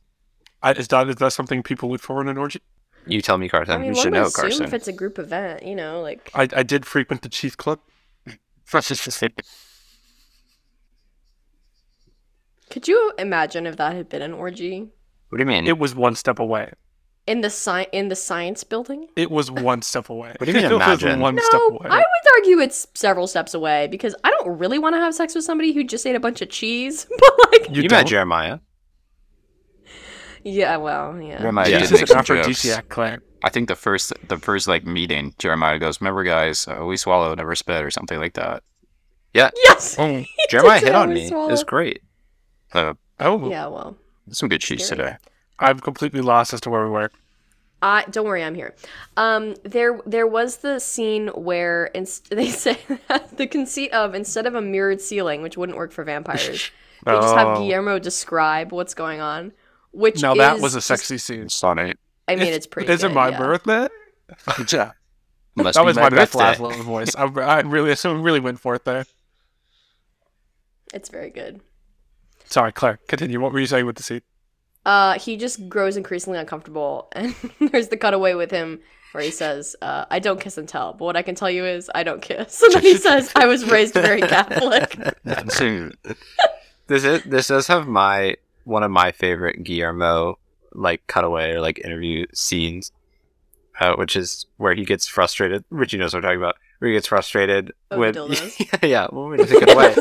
B: I, is that is that something people look for in an orgy?
D: You tell me, Carson.
A: I mean,
D: you
A: one
D: should
A: would
D: know,
A: assume
D: Carson.
A: if it's a group event, you know, like
B: I, I did frequent the Chiefs Club.
A: could you imagine if that had been an orgy
D: What do you
C: Mm.
D: mean?
B: It was one step away.
A: in the sci- in the science building?
B: It was one step away.
D: What do you mean,
B: [laughs] It was
D: imagine?
B: one
A: No,
B: step
A: I
B: away.
A: would argue it's several steps away because I don't really want to have sex with somebody who just ate a bunch of cheese. [laughs] But like,
D: you
B: don't?
D: met Jeremiah.
A: yeah, well, yeah.
C: Jeremiah
D: Yeah.
C: did
B: This
C: make
B: is an
C: some jokes.
B: aphrodisiac, Claire.
C: I think the first, the first like meeting, Jeremiah goes, "Remember, guys, uh, we swallow, never spit, or something like that."
A: Yes.
B: [laughs]
D: Jeremiah
A: did say
D: hit on
A: we
D: me. It
A: swallow.
D: was great.
C: Uh,
B: Oh,
A: Yeah, well.
C: some good cheese
A: Scary.
C: today.
B: I'm completely lost as to where we were.
A: I don't worry, I'm here. Um, there there was the scene where inst- [laughs] they say the conceit of instead of a mirrored ceiling, which wouldn't work for
B: [laughs]
A: vampires, they just have
B: Oh.
A: Guillermo describe what's going on. Which
B: Now that
A: is
B: was a
A: just-
B: sexy scene.
C: It's on eight.
A: I
B: [laughs]
A: mean, it's pretty.
B: Is it
A: good,
B: my
A: yeah.
B: birthday? [laughs] yeah,
C: Must
B: that
C: be
B: was my best
C: birthday.
B: Laszlo voice. I, I really, so really went for it there.
A: It's very good.
B: Sorry, Claire. Continue. What were you saying with
A: [laughs]
B: the scene?
A: Uh, he just grows increasingly uncomfortable, [laughs] and there's the cutaway with him where he says, uh, "I don't kiss and tell, but what I can tell you is I don't kiss." [laughs] And then he says, "I was raised very
D: [laughs]
A: Catholic." [laughs]
C: Soon.
D: This is this does have my one of my favorite Guillermo like cutaway or like interview scenes, uh, which is where he gets frustrated. Richie knows what I'm talking about. Where he gets frustrated
A: Over
D: with [laughs]
A: dildos.
D: yeah, well, we doesn't get away.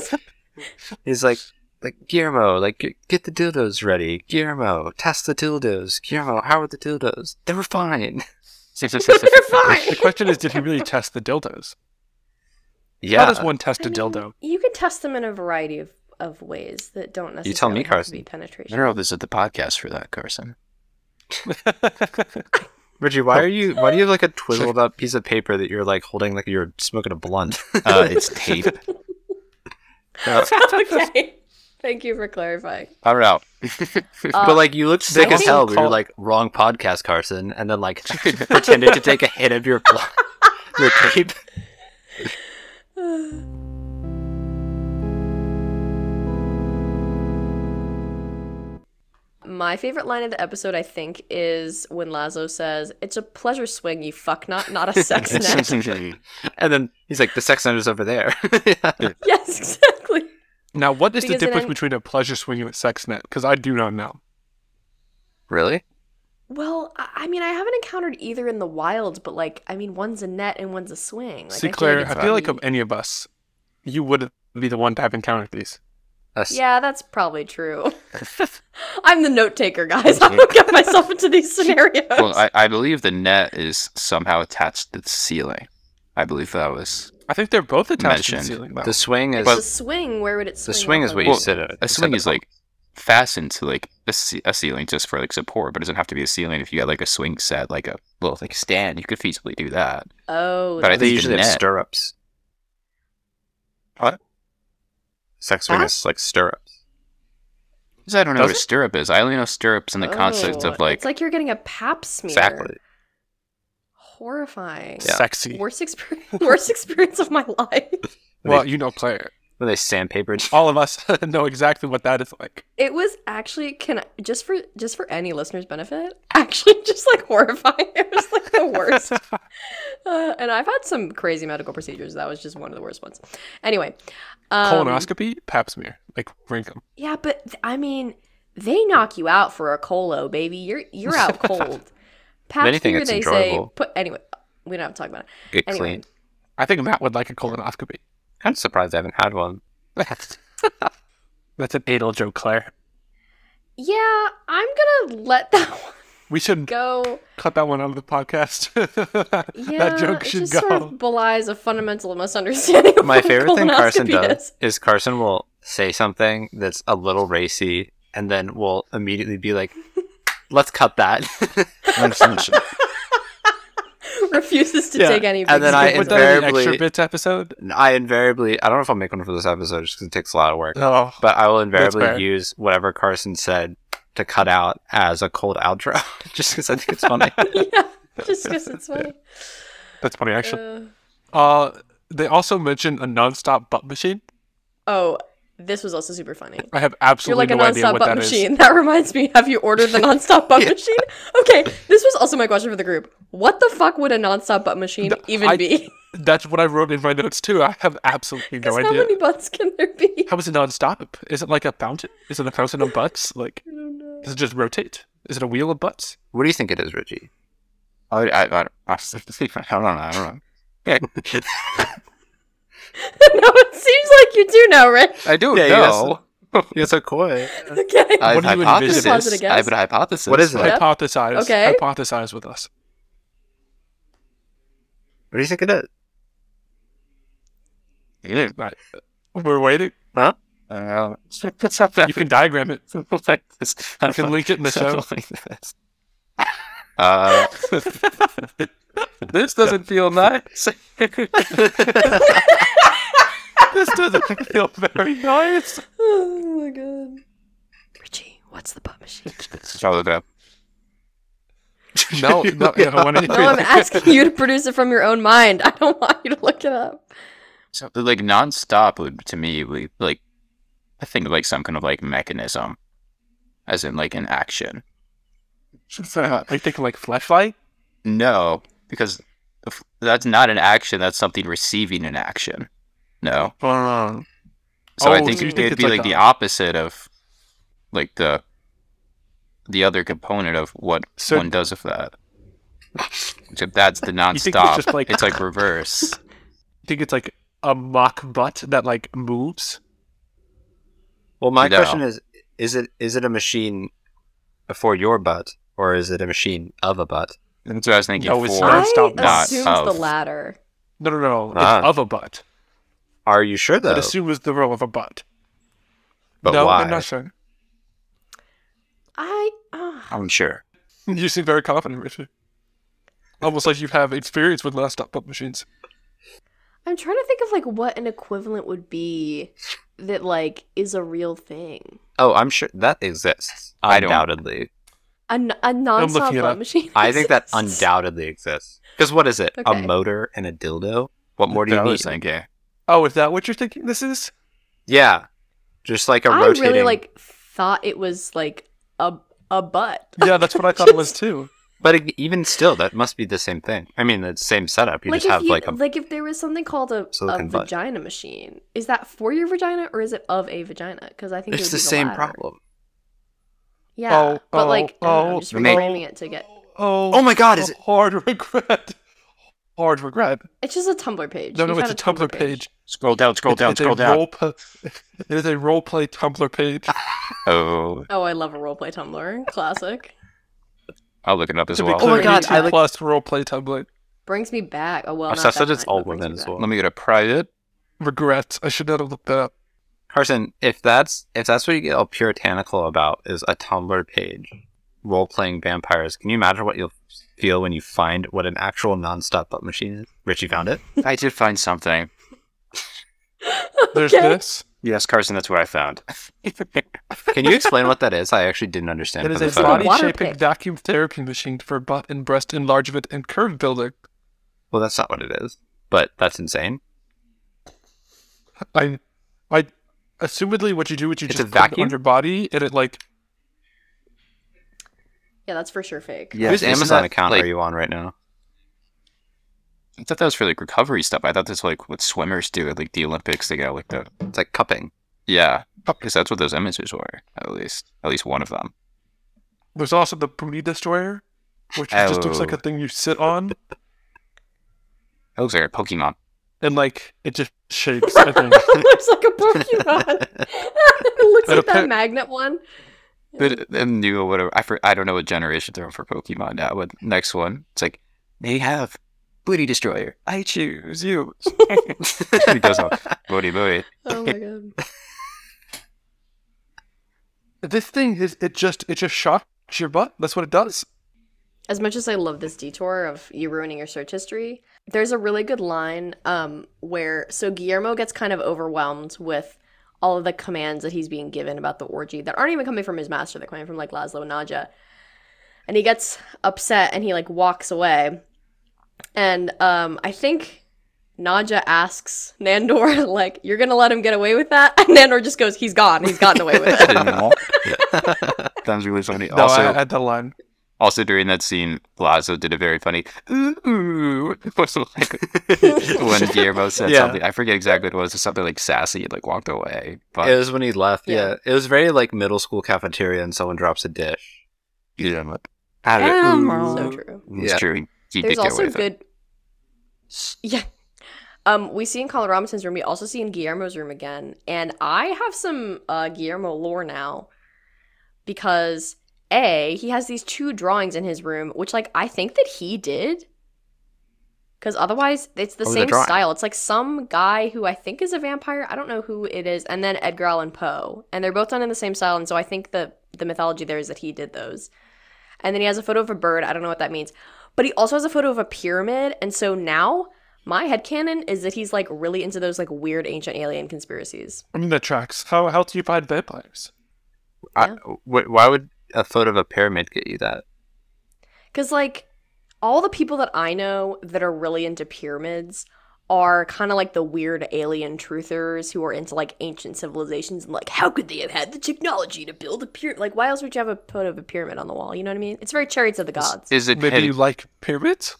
D: He's like, like Guillermo, like g- get the dildos ready. Guillermo, test the dildos. Guillermo, how are the dildos? They were fine. [laughs]
A: [laughs] They're fine.
B: The question is, did he really test the dildos? How
D: Yeah,
B: does one test
A: I
B: a
A: mean,
B: dildo?
A: You can test them in a variety of, of ways that don't necessarily
D: You tell me,
A: have to
D: Carson.
A: be
C: I
A: penetration.
C: don't know if this is the podcast for that, Carson.
D: Richie, why are you? Why do you have like a twizzled up piece of paper that you're like holding like you're smoking a blunt? [laughs]
C: Uh, it's tape.
A: [laughs] okay. Thank you for clarifying. Uh,
D: I don't know. [laughs] but like you looked sick as
A: think-
D: hell. We were
B: Call-
D: like wrong podcast, Carson, and then like pretended to take a hit of your blunt,
A: [laughs]
D: your tape.
A: My favorite line of the episode, I think, is when Lazo says, It's a pleasure swing, you fuck not, not
D: [laughs]
A: a sex net.
D: And then he's like, "The sex is over there." [laughs] Yeah.
A: [laughs] yes, exactly.
B: [laughs] Now, what
A: Because
B: is the
A: then
B: difference
A: I'm-
B: between a pleasure swing and a sex net? Because I do not know.
D: Really?
A: Well, I I mean, I haven't encountered either in the wild, but like, I mean, one's a net and one's a swing. Like,
B: See,
A: I feel like
B: Claire,
A: it's
B: I feel like of
A: pretty-
B: any of us, you would be the one to have encountered these.
D: A s-
A: Yeah, that's probably
B: [laughs]
A: true. [laughs] I'm the note taker, guys. I don't get myself into
B: [laughs]
A: these scenarios.
C: well, I, I believe the net is somehow attached to the ceiling. I believe that was
B: I think they're both attached to the
C: Mentioned.
B: ceiling, though.
D: The swing is
A: It's a swing. Where would it swing?
D: the swing
A: off
D: is
A: of?
D: what you uh,
C: Well,
D: sit at.
C: a
D: sit
C: swing
D: the
C: is
D: pump.
C: like fastened to like a, ce- a ceiling just for like support, but it doesn't have to be a ceiling. If you got like a swing set, like a little like stand, you could feasibly do that.
A: Oh,
C: But I
A: that's-
D: they
C: think the
D: usually have
C: net-
D: stirrups.
C: What?
D: Sex swing
A: Huh?
D: is like stirrups.
C: 'Cause I don't know
B: Does
C: what
B: it?
C: a stirrup is. I only know stirrups in the concept
A: Oh,
C: of like,
A: it's like you're getting a pap smear.
D: Exactly.
A: Horrifying.
D: Yeah.
B: Sexy.
A: [laughs] Worst experience. worst experience of my life.
B: Well, you know, Claire,
D: when they sandpapered.
B: All of us [laughs] know exactly what that is like.
A: It was actually can I, just for just for any listeners' benefit, [laughs] actually just like horrifying. [laughs] It was like the
D: [laughs]
A: worst. Uh, and I've had some crazy medical procedures. That was just one of the worst ones. Anyway, um,
B: Colonoscopy, pap smear, like Rinkum.
A: Yeah, but th- I mean, they knock you out for a colo, baby. You're you're
D: [laughs]
A: out cold. Pap
D: anything,
A: smear,
D: it's
A: they
D: enjoyable.
A: say. Put anyway, we don't have to talk about it.
D: Get
A: Anyway.
D: clean.
B: I think Matt would like
A: [laughs]
B: a colonoscopy.
D: I'm surprised I haven't had one.
B: That's an anal joke, Claire.
A: Yeah, I'm gonna let that [laughs] one
B: We should
A: go.
B: cut that one out of the [laughs] podcast.
A: Yeah,
B: that joke
A: it
B: should
A: just
B: go.
A: sort of belies a fundamental misunderstanding. Of
D: My
A: what a
D: favorite thing Carson
A: colonoscopy
D: does
A: is.
D: is Carson will say something that's a little racy, and then will immediately be like, "Let's cut that." [laughs]
A: [laughs] refuses to
B: Yeah,
A: take any.
D: and then
A: big
D: I
B: [laughs]
A: swings.
B: Would that be an
D: invariably-
B: extra bits episode?
D: I invariably, I don't know if I'll make one for this episode just because it takes a lot of work,
B: Oh,
D: but I will
B: fair.
D: invariably use whatever Carson said to cut out as a cold outro, [laughs] just because I think
A: [laughs]
D: it's funny.
A: yeah, just because it's funny.
B: that's funny actually.
A: Uh,
B: Uh, they also mentioned a nonstop butt machine.
A: oh, this was also super funny.
B: I have
A: You're
B: absolutely
A: like a
B: no idea
A: nonstop
B: what
A: butt
B: that is.
A: machine. That reminds me. Have you ordered
B: [laughs]
A: the nonstop butt machine? Okay, this was also my question for the group. What the fuck would a nonstop butt machine even
B: I-
A: be?
B: That's what I wrote in my notes too. I have absolutely no
A: Because
B: idea.
A: how many butts can there be?
B: How is it nonstop? Is it like a fountain? Is it a fountain of butts? Like, does it just rotate? Is it a wheel of butts?
D: what do you think it is, Richie?
C: I, I, I, I [laughs] don't know. I don't know.
A: [laughs] no, it seems like you do know,
B: [laughs]
A: right?
C: I do
D: Yeah, you
C: know.
A: [laughs]
D: You're so coy.
A: Okay.
C: I have
B: What do you
C: hypothesis.
B: envision?
A: Positive guess?
C: I have a hypothesis.
D: What is it?
A: Yep.
B: Hypothesize.
A: Okay.
B: Hypothesize with us.
D: What do you think it is?
C: You
B: Right. We're waiting.
C: know,
B: [laughs] You can diagram it. You can link it in the show.
C: Uh, [laughs]
B: This doesn't feel nice. [laughs] this doesn't feel very nice.
A: [sighs] Oh my god. Richie, what's the butt
B: [laughs]
A: machine?
C: I'll look it up.
B: No, [laughs] no, I want to
A: No, I'm asking you to produce it from your own mind. I don't want you to look it up.
C: So, like nonstop would to me would like I think like some kind of like mechanism, as in like an action.
B: Are you thinking like flashlight?
C: No, because if that's not an action. That's something receiving an action. No, so I
B: Oh,
C: think
B: so you think
C: it'd
B: it's
C: be
B: like
C: like the
B: a-
C: opposite of like the the other component of what
B: So-
C: one does with that. Except that's
B: [laughs]
C: the
B: You think it's
C: nonstop.
B: just like-
C: it's like reverse.
B: [laughs] I think it's like a mock butt that like moves.
D: Well, my
C: No.
D: question is: Is it is it a machine for your butt, or is it a machine of a butt?
C: That's what I was thinking.
B: No, it's
C: for.
B: not. Nonstop
A: I
C: butt.
A: assumed
C: Not
A: the
C: of.
A: latter.
B: No, no, no. It's
D: Ah.
B: of a butt.
D: Are you sure though?
B: That assumes the role of a butt.
D: Oh. but
B: no,
D: why?
B: I'm not sure.
A: I ah,
C: I'm sure.
B: [laughs] You seem very confident, Richard. Almost like you have experience with nonstop butt machines.
A: I'm trying to think of like what an equivalent would be that like is a real thing.
D: Oh, I'm sure that exists.
C: I don't-
D: Undoubtedly.
A: A, n- a non-stop
B: looking it
A: butt
B: up.
A: machine.
D: [laughs] I
A: [laughs]
D: think that
A: exists.
D: undoubtedly exists. Because what is it? A
A: Okay.
D: motor and a dildo? What more do
C: That
D: you
C: I
D: need?
C: was thinking.
B: Oh, is that what you're thinking this is?
D: Yeah. Just like a
A: I
D: rotating.
A: really like thought it was like a a butt.
B: Yeah, that's what I thought it was too.
D: But e- even still, that must be the same thing. I mean, the same setup. You
A: like
D: just
A: if
D: have
A: you
D: like a.
A: if there was something called a, a
D: Silicon butt.
A: vagina machine, is that for your vagina or is it of a vagina? Because I think it
D: [laughs] it's
A: would
D: the
A: be
D: same
A: latter.
D: problem.
A: Yeah,
B: Oh,
A: but
B: oh,
A: like I don't know,
B: oh,
A: I'm just
C: the ma-
A: reframing it to get.
B: Oh,
D: Oh my God, is it-
B: hard regret? Hard regret.
A: It's just a Tumblr page.
B: No,
A: You
B: no, it's a
A: found
B: Tumblr page.
C: Scroll down, scroll
B: It's-
C: down,
B: it's a
C: scroll down.
B: role pla- it is a roleplay Tumblr page.
C: Oh,
A: Oh, I love a roleplay Tumblr. Classic.
C: I'll look it up as
B: To be
C: well.
B: clear,
D: Oh my God, I
B: 18
D: like-
B: plus roleplay Tumblr.
A: Brings me back. Oh well,
D: I
A: not that
D: said it's
A: kind,
D: all
A: but brings
D: women
A: me
D: as
A: back.
D: well.
C: Let me go to private.
B: Regrets. I should not have looked that up.
D: Carson, if that's if that's what you get all puritanical about is a Tumblr page role playing vampires, can you imagine what you'll feel when you find what an actual non-stop butt machine is? Richie found it.
C: I did find something.
B: There's
A: Okay.
B: this.
C: Yes, Carson, that's what I [laughs] found.
D: Can you explain what that is? I actually didn't understand.
B: It is
D: for
B: a
D: the photo.
A: phone.
B: body
A: Water
B: shaping
A: pick.
B: vacuum therapy machine for butt and breast enlargement and curve building.
D: Well, that's not what it is, but that's insane.
B: I I assumedly what you do what you
D: It's
B: just
D: a
B: put it
D: vacuum?
B: on your body and it like
A: Yeah, that's for sure fake.
C: Yeah,
D: Whose
C: isn't
D: Amazon
C: that,
D: account
C: like-
D: are you on right now? [laughs]
C: I thought that was for like recovery stuff. I thought that's like what swimmers do at like the Olympics. They got like the
D: It's like cupping.
C: yeah, because that's what those images were. At least, at least one of them.
B: there's also the Poonie Destroyer, which just looks like
C: Oh.
B: a thing you sit on
C: That looks like a Pokemon.
B: and like it just shakes,
A: [laughs]
B: I think.
A: looks like a Pokemon. [laughs] it looks
B: But
A: like that
B: appa-
A: magnet one.
C: But uh, and new whatever. I for, I don't know what generation they're on for Pokemon now. But next one, it's like they have Booty Destroyer. I choose you. he
D: [laughs]
C: goes on
B: [laughs]
C: booty booty.
A: Oh my god.
B: this thing is it just it just shocks your butt. That's what it does.
A: As much as I love this detour of you ruining your search history, there's a really good line um, where so Guillermo gets kind of overwhelmed with all of the commands that he's being given about the orgy that aren't even coming from his master; they're coming from like Laszlo and Naja, and he gets upset and he like walks away. And um, I think Naja asks Nandor [laughs] like, "You're gonna let him get away with that?" [laughs] And Nandor just goes, "He's gone. He's gotten away with
C: [laughs]
A: it."
C: Sounds really funny.
B: No,
C: also,
B: I had the line.
C: also during that scene, Lazo did a very funny ooh, ooh [laughs] was like [laughs] when Guillermo said
B: Yeah.
C: something. I forget exactly what it was. It was something like sassy and like walked away. But
D: It was when he left. Yeah.
A: Yeah.
D: It was very like middle school cafeteria and someone drops a dish.
C: yeah, I'm like, how did
D: Emerald.
A: so true.
C: It's
D: Yeah.
C: true. He did
A: There's
C: get away
A: also
C: with it.
A: good. Yeah. Um, we see in Colin Robinson's room. We also see in Guillermo's room again, and I have some uh, Guillermo lore now because a he has these two drawings in his room, which like I think that he did, because otherwise it's the
D: What were the
A: same
D: drawing?
A: style. It's like some guy who I think is a vampire. I don't know who it is, and then Edgar Allan Poe, and they're both done in the same style. And so I think the the mythology there is that he did those, and then he has a photo of a bird. I don't know what that means but he also has a photo of a pyramid and so now my headcanon is that he's like really into those like weird ancient alien conspiracies
B: I mean that tracks. How how do you find vampires?
D: I, wh- why would a photo of a pyramid get you that?
A: because like all the people that i know that are really into pyramids are kind of like the weird alien truthers who are into like ancient civilizations and like how could they have had the technology to build a pyramid like why else would you have a photo of a pyramid on the wall you know what i mean it's very chariots of the gods
C: Is it
B: Maybe
C: had-
B: you like pyramids?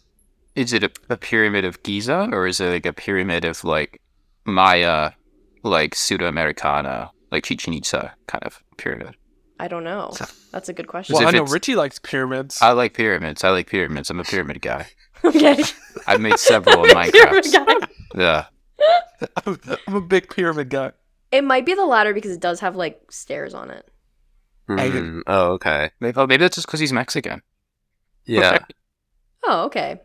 C: is it a, a pyramid of Giza or is it like a pyramid of like Maya, like Pseudo Americana, like Chichen Itza kind of pyramid?
A: i don't know that's a good question
B: Well,
C: if
B: I know
C: it's-
B: Richie likes pyramids.
C: I like pyramids. I like pyramids. I'm a pyramid guy.
A: [laughs] okay
C: I've made
A: [laughs]
C: several in
A: Pyramid
C: Minecraft.
A: guy.
C: Yeah.
B: I'm, [laughs] I'm a big pyramid guy.
A: it might be the latter because it does have like stairs on it
D: Mm, oh, [laughs] okay.
C: Maybe, oh, maybe that's just because he's Mexican.
D: Yeah.
A: Oh, okay.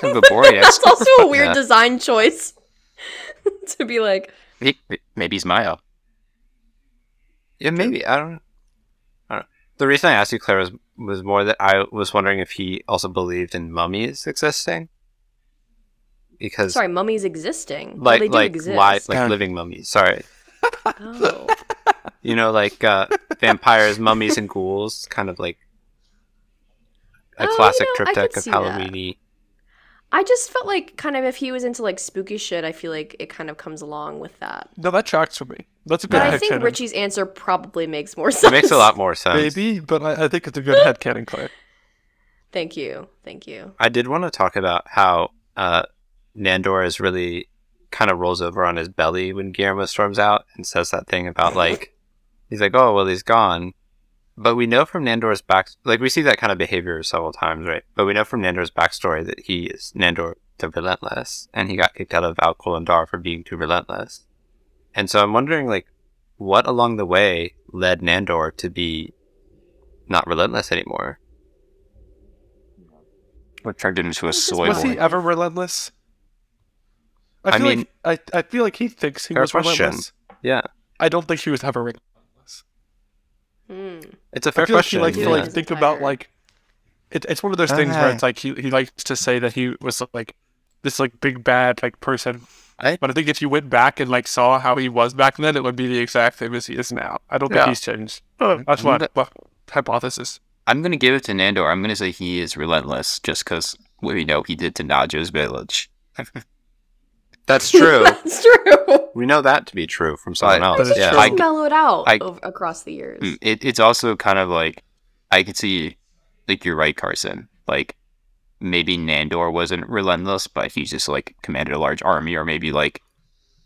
C: Kind of a boring
A: [laughs] That's
C: answer,
A: also a
C: but,
A: weird
C: uh,
A: design choice [laughs] to be like,
C: he- Maybe he's Maya.
D: yeah, maybe. I don't, I don't The reason I asked you, Claire, was, was more that I was wondering if he also believed in mummies existing. Because,
A: sorry, mummies existing. Well,
D: like,
A: they do
D: like,
A: exist.
D: li- like
B: Um,
D: living mummies. Sorry. [laughs]
A: oh.
D: You know, like [laughs] uh, vampires, mummies, and ghouls, kind of like a
A: Oh,
D: classic
A: you know, I
D: triptych
A: could
D: of
A: see that.
D: Halloweeny.
A: I just felt like kind of if he was into like spooky shit, I feel like it kind of comes along with that.
B: No, that tracks for me. That's a good
A: But I
B: head
A: think
B: cannon.
A: Richie's answer probably makes more sense.
D: It makes a lot [laughs] more sense.
B: Maybe, but I, I think it's a good head
D: [laughs]
B: cannon, Claire.
A: [laughs] Thank you. Thank you.
D: I did want to talk about how uh, Nandor is really kind of rolls over on his belly when Guillermo storms out and says that thing [laughs] about like he's like, oh well, he's gone. But we know from Nandor's back, like we see that kind of behavior several times, right? But we know from Nandor's backstory that he is Nandor the relentless, and he got kicked out of Alcol and Dar for being too relentless. And so I'm wondering, like, what along the way led Nandor to be not relentless anymore?
C: What turned him into a
A: Was this
C: soy
A: Wait,
B: Was
A: boy?
B: he
C: boy?
B: ever relentless? I
D: I
B: feel
D: mean-
B: like I, I feel like he thinks he
D: Fair
B: was
D: question.
B: relentless.
D: Yeah.
B: I don't think he was ever relentless.
A: Hmm.
D: It's a
B: I
D: fair
B: feel
D: question.
B: like he likes to
A: yeah.
B: like think about
A: Tired.
B: like it, it's one of those things where
D: Okay.
B: it's like he, he likes to say that he was like this like big bad like person.
D: I-
B: but I think if you went back and like saw how he was back then, it would be the exact same as he is now. I don't think
C: Yeah.
B: he's changed. That's my,
C: that-
B: my hypothesis.
C: I'm gonna give it to Nandor. I'm gonna say he is relentless, just because we know he did to Najo's village.
D: That's
A: [laughs]
D: true.
A: That's true.
D: we know that to be true Hmm. from someone
C: But-
D: else.
B: That is
D: Yeah.
B: true.
A: Just
C: I-
A: mellowed out
C: I-
A: ov- across the years.
B: Hmm.
C: Mm, It, it's also kind of like I could see, like you're right, Carson. Like maybe Nandor wasn't relentless, but he just like commanded a large army, or maybe like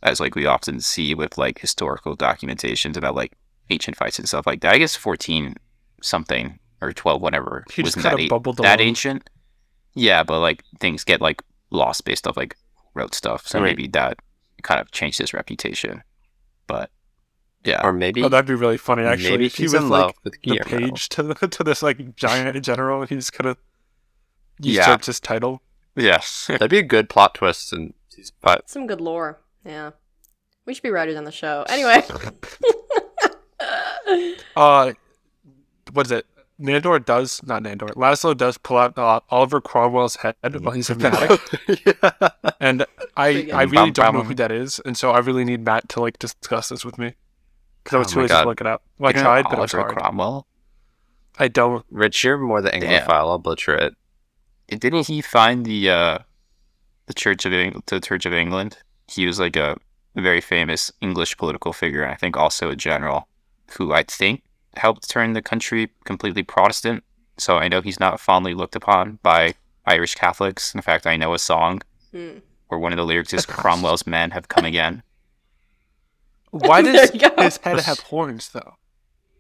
C: as like we often see with like historical documentations about like ancient fights and stuff like that. I guess fourteen something or twelve, whatever.
B: He just
C: wasn't
B: kind
C: that
B: of
D: e-
C: a-
B: bubbled
C: that
B: along.
C: ancient. Yeah, but like things get like lost based off like road stuff, so
D: Right.
C: maybe that kind of changed his reputation. But yeah,
D: Or maybe,
B: Oh, that'd be really funny, actually.
D: maybe
B: if he
D: he's
B: was
D: in love
B: like
D: with
B: the
D: Guillermo.
B: page to the, [laughs] to this like giant general, and he just kind of
C: Yeah.
B: usurps his title. [laughs]
C: yes.
D: That'd be a good plot twist in season five. [laughs]
A: Some good lore. Yeah. We should be writers on the show.
D: [laughs]
A: Anyway.
B: Uh, what is it? Nandor does not Nandor. Laszlo does pull out uh, Oliver Cromwell's head while
D: [laughs]
B: he's hypnotic, and I
A: Pretty
B: I
D: good.
B: really don't know
D: Bum-bum.
B: who that is, and so I really need Matt to like discuss this with me because I was
D: Oh
B: too
D: my
B: lazy to
D: God.
B: look it up. Well, I
C: You know
B: tried, but it was
C: Oliver
B: hard.
C: Cromwell.
B: I don't.
D: Rich, you're more the Anglophile.
C: Damn.
D: I'll butcher it.
C: And Didn't he find the uh, the Church of Eng- the Church of England? He was like a very famous English political figure, and I think also a general who I think helped turn the country completely Protestant. So I know he's not fondly looked upon by Irish Catholics. In fact, I know a song
A: [laughs] Hmm.
C: where one of the lyrics is "Cromwell's men have come again."
B: Why
A: There
B: does
A: you go.
B: his head have horns though?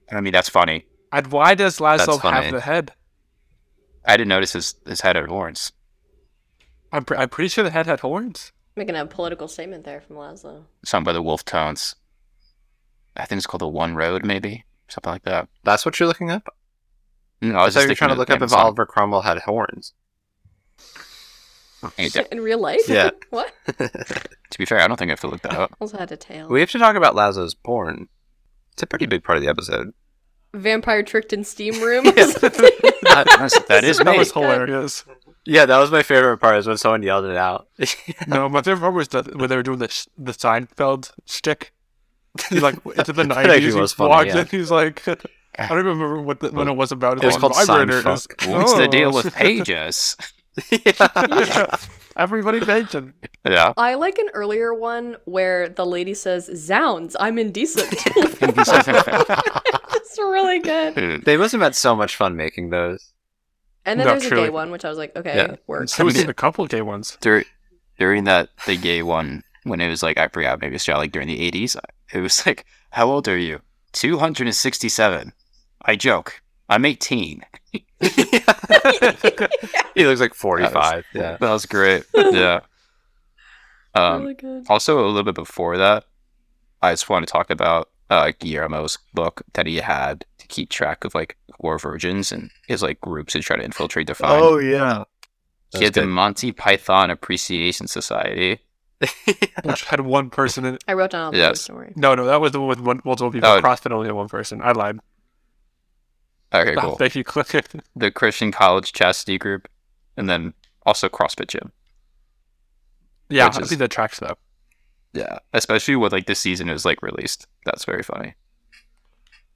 C: And I mean, that's funny.
B: And why does
D: That's
B: Laszlo
D: funny.
B: have the head?
C: I didn't notice his his head had horns.
B: I'm pre- I'm pretty sure the head had horns.
A: Making a political statement there from Laszlo.
C: Sung by the Wolf Tones. I think it's called the One Road, maybe something like that.
D: That's what you're looking up?
C: No, Mm, I was
D: thought
C: just
D: you were
C: thinking
D: trying to
C: of
D: look
C: the
D: up if
C: name of the song.
D: Oliver Cromwell had horns.
C: Hey, d-
A: [laughs] In real life?
D: Yeah.
A: what?
C: to be fair, I don't think I have to look
D: [laughs]
C: that up.
A: Also had a tail.
D: We have to talk about Lazo's porn. It's a pretty big part of the [laughs] episode.
A: Vampire tricked in steam room. or something.
C: That- that
A: That's
C: is
B: [laughs] That
C: me.
A: really
B: was
A: good.
B: hilarious.
D: Yeah, that was my favorite part is when someone yelled it out. [laughs]
B: No, my favorite part was that when they were doing the sh- the Seinfeld shtick. He like it's
C: [laughs]
B: in the
D: That actually
B: nineties. He
D: was
B: walks
D: funny, yeah.
B: in. He's like, [laughs] I don't remember what the, when it was about.
D: It was called
B: I read it, it's-
D: Seinfuck.
C: What's the deal
B: oh.
D: [laughs]
C: with pages?
B: [laughs] Yeah. Everybody
C: [laughs]
B: mentioned.
C: yeah.
A: I like an earlier one where the lady says, Zounds, I'm indecent. [laughs] it's really good.
D: they must have had so much fun making those.
A: And then
B: No,
A: there's a
B: truly.
A: gay one, which I was like, okay,
D: Yeah.
A: works.
B: There was
A: [laughs]
B: a couple gay ones.
C: Dur- during that, the gay one, when it was like, I forgot, maybe it's like during the 80s, it was like, how old are you? 267. I joke. I'm [laughs] 18.
D: [laughs] He looks like 45.
C: That was great.
D: [laughs]
C: Yeah. Um,
A: really good.
C: also a little bit before that, I just want to talk about uh, Guillermo's book that he had to keep track of like war virgins and his like groups to try to infiltrate the find.
A: Oh,
D: yeah.
C: he had the Monty Python Appreciation Society.
B: Which had one person in it.
A: I wrote down all the
C: Yes.
A: yes. story.
B: No, no, that was the one with one, multiple people.
C: Oh.
B: CrossFit only had one person. I lied.
C: Okay,
B: Ah,
C: cool.
B: Thank you, Click.
C: The Christian College Chastity Group, and then also CrossFit Gym.
B: [laughs] Yeah,
C: Which
B: I
C: is-
B: think that tracks though.
C: Yeah, especially when like this season it was like released. That's
A: [laughs]
C: very funny.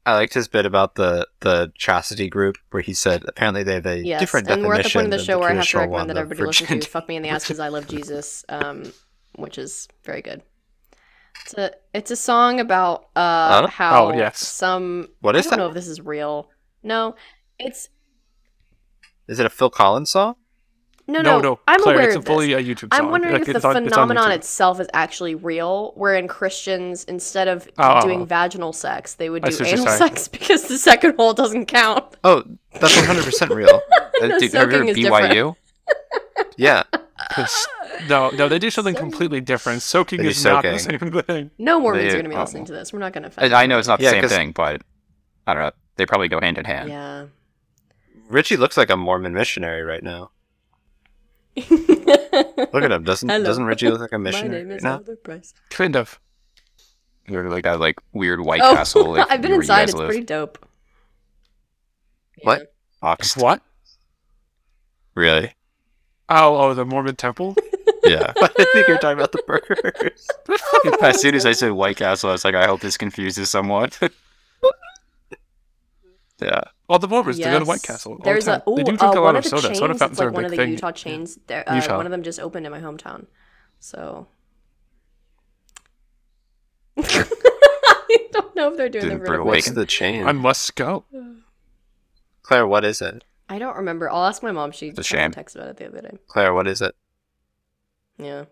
D: I liked his bit about the, the chastity group where he said apparently they have a
A: Yes,
D: different
A: and
D: definition.
A: we're at the point of the
D: than
A: show where I have to
D: traditional one
A: recommend that
D: of
A: everybody listen to
D: virginity.
A: "Fuck Me in the Ass" because I love Jesus, um, which is very good. It's a it's a song about uh,
D: Huh?
A: how
B: Oh, yes.
A: some
D: What is
A: I
D: that?
A: don't know if this is real. No, it's
D: Is it a Phil Collins song?
A: no no.
B: no,
A: I'm
B: Claire,
A: aware
B: it's
A: of
B: a
A: this.
B: fully a YouTube song.
A: I'm wondering
B: Like,
A: if the
B: it's on- it's on
A: phenomenon
B: YouTube.
A: itself is actually real, wherein Christians, instead of
B: Oh.
A: doing vaginal sex, they would
B: I
A: do
B: see what you're
A: anal
B: saying.
A: sex [laughs] because the second hole doesn't count.
D: Oh, that's
A: [laughs]
D: 100% real.
C: Uh,
A: The
C: dude, have you
A: soaking
C: ever
A: is
C: BYU?
D: Yeah.
B: No, no, they do something
A: Soaking.
B: completely different. Soaking
D: They do
B: is not the
D: soaking.
B: same thing.
A: No Mormons
C: They-
A: are going to be
C: oh.
A: listening to this. We're not going to offend.
C: I, I know it's not the
D: Yeah,
C: same
D: 'cause-
C: thing, but I don't know. They probably go hand in hand.
A: Yeah.
D: Richie looks like a Mormon missionary right now.
A: [laughs]
D: Look at him. Doesn't
A: Hello.
D: doesn't Richie look like
A: [laughs]
D: a
A: My
D: missionary?
A: name is
D: right now?
A: Oliver Price.
B: Kind of.
C: Or like that like weird White
A: Oh, [laughs]
C: Castle. Like,
A: I've been
C: where you
A: inside.
C: guys
A: It's
C: live.
A: pretty dope.
D: What?
C: Oxed.
B: What?
C: Really?
B: Oh, oh, the Mormon temple.
C: Yeah.
D: [laughs] I think you're talking about the burgers.
C: [laughs] as soon as I said White Castle, I was like, I hope this confuses someone. [laughs] yeah.
B: All the Mormons. They go to White
A: Yes.
B: Castle. all the
A: There's
B: time.
A: a ooh,
B: they do drink
A: uh,
B: a
A: one
B: lot
A: of
B: of
A: the
B: soda.
A: chains.
B: soda
A: it's
B: fountains
A: like
B: are a
A: one
B: big
A: of the
B: thing.
A: Utah chains. There, uh,
B: Utah.
A: one of them just opened in my hometown. So [laughs] don't know if they're doing the
C: Didn't
A: vertical.
C: brew
A: one.
C: Bacon.
F: What's the chain?
B: I must go.
D: Claire, what is it?
A: I don't remember. I'll ask my mom. She
C: It's a shame.
A: texted about it the other day.
D: Claire, what is it?
A: Yeah.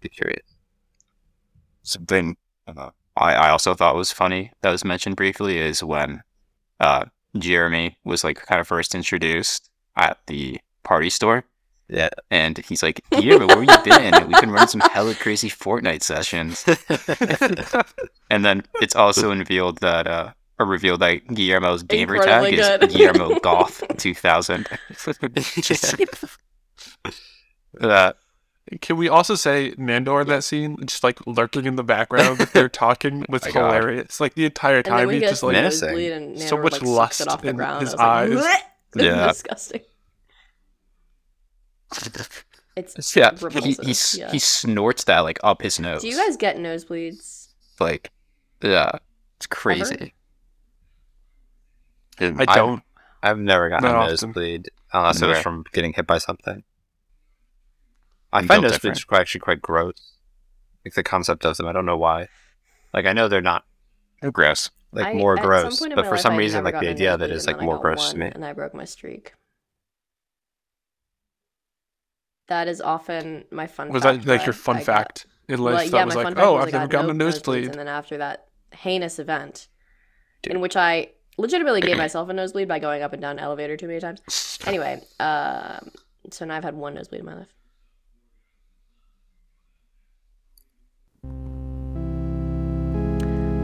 D: Be
A: [laughs]
D: curious.
C: something uh, I, I also thought was funny that was mentioned briefly is when uh, Jeremy was like kind of first introduced at the party store.
D: Yeah.
C: And he's like, Guillermo, where you been? We've been running some hella crazy Fortnite sessions. And then [laughs] it's also revealed that, uh, or revealed that Guillermo's gamer tag
A: Incredibly
C: is
A: good. [laughs]
C: Guillermo Goth [laughs] 2000. Just- uh,
B: Can we also say Nandor in that scene, just like lurking in the background, they're talking was
C: My God.
B: hilarious. Like the entire
A: And then
B: time
A: we
B: he's
A: get
B: just like
D: Minute.
A: nosebleed and
B: so
A: Nanor,
B: much
A: like, sucks
B: lust
A: it off the
B: in
A: ground.
B: his
A: I was
B: eyes.
A: Like, [laughs] "Bleh!"
C: Yeah. [laughs]
A: Disgusting. It's
B: Yeah,
C: he,
A: repulsive.
C: he, s-
A: yeah.
C: he snorts that like up his nose.
A: Do you guys get nosebleeds?
C: like yeah it's crazy And
B: I don't
D: I've never gotten
B: Not
D: a
B: often.
D: nosebleed unless it was
C: Never.
D: from getting hit by something. I
C: I'm
D: find
C: built
D: nosebleeds
C: different.
D: quite- actually quite gross. Like the concept of them, I don't know why. Like I know they're not
C: They're gross
D: like
A: I-
D: more
A: at some
D: gross,
A: point in
D: but
A: my
D: for
A: life,
D: some
A: I
D: reason,
A: never
D: like
A: got
D: the
A: a
D: idea of it
A: nosebleed,
D: is
A: and
D: like
A: then I
D: more
A: got
D: gross to
A: one,
D: me.
A: And I broke my streak. That is often my fun.
B: was
A: fact
B: that like your fun
A: I got.
B: fact in life
A: Like,
B: that
A: yeah,
B: was
A: my
B: like,
A: fun fact
B: Oh,
A: was I
B: I've never
A: got
B: gotten a
A: no nosebleeds,
B: nosebleed.
A: And then after that heinous event,
D: Dude.
A: in which I legitimately gave myself a nosebleed by going up and down an elevator too many times. Anyway, um, so now I've had one nosebleed in my life.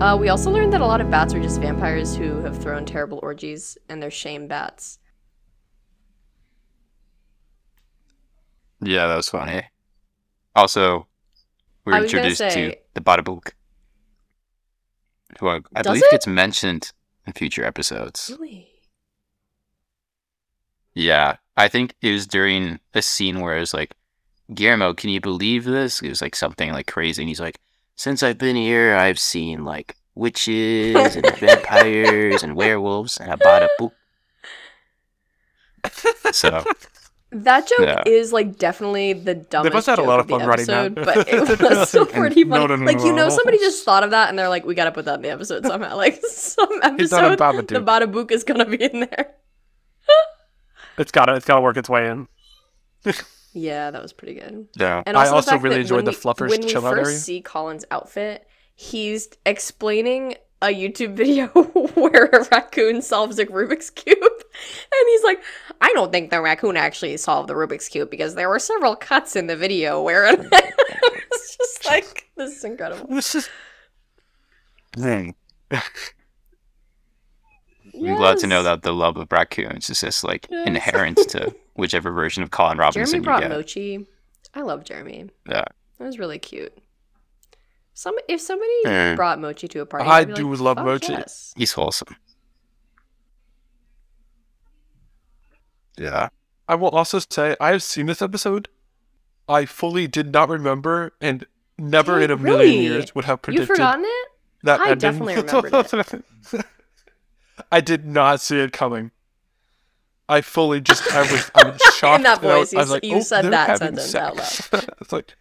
A: Uh, we also learned that a lot of bats are just vampires who have thrown terrible orgies, and they're shame bats.
C: yeah that was funny also we
A: I
C: were
A: was gonna
C: introduced to
A: say-
C: the bada book who i,
A: Does
C: I believe
A: it?
C: gets mentioned in future episodes
A: Really?
C: yeah i think it was during a scene where it was like guillermo can you believe this it was like something like crazy and he's like since i've been here i've seen like witches and vampires and werewolves and a bada book so
A: That joke
C: Yeah.
A: is like definitely the dumbest.
B: They must have had a
A: joke
B: lot
A: of
B: of fun
A: the
B: writing that.
A: episode, but
B: [laughs]
A: it was still
B: And
A: pretty funny.
B: no, no, no,
A: like you know,
B: no.
A: somebody just thought of that and they're like, "We gotta put that in the episode somehow." [laughs] Like some
B: He's not a
A: episode, the
B: Babadook.
A: Badabook is gonna be in there.
B: It's gotta it's gotta work its way in.
A: Yeah, that was pretty good.
C: yeah
A: And
B: I
A: also, the
B: also
A: fact
B: really
A: that
B: enjoyed
A: when
B: the
A: we-
B: Fluffers
A: When we
B: chill out
A: first
B: area.
A: see Colin's outfit, he's explaining a YouTube [laughs] video where a raccoon solves a Rubik's cube, [laughs] and he's like, "I don't think the raccoon actually solved the Rubik's cube because there were several cuts in the video where [laughs] it it's just like this is incredible."
B: This is
C: I'm glad to know
A: Yes.
C: that the love of raccoons is just like
A: Yes.
C: inherent to whichever version of Colin
A: Jeremy
C: Robinson
A: brought
C: you get.
A: mochi. I love Jeremy.
C: Yeah.
A: that was really cute. Some if somebody
C: Mm.
A: brought mochi to a party,
B: I
A: I'd be
B: do
A: like,
B: love
A: "Fuck
B: mochi."
A: yes."
C: He's wholesome. Yeah.
B: I will also say I have seen this episode. I fully did not remember and never
A: Dude,
B: in a million
A: really?
B: years would have
A: You've
B: predicted
A: forgotten it?
C: [laughs]
B: that
A: I
B: ending.
A: definitely remembered
B: [laughs] I did not see it coming. I fully just I was
A: [laughs]
B: I was shocked.
A: In that
B: and I was-
A: voice, you
B: I was
A: s-
B: like,
A: you
B: "Oh,
A: said
B: they're
A: that
B: having
A: sentence out
B: sex." [laughs] it's like,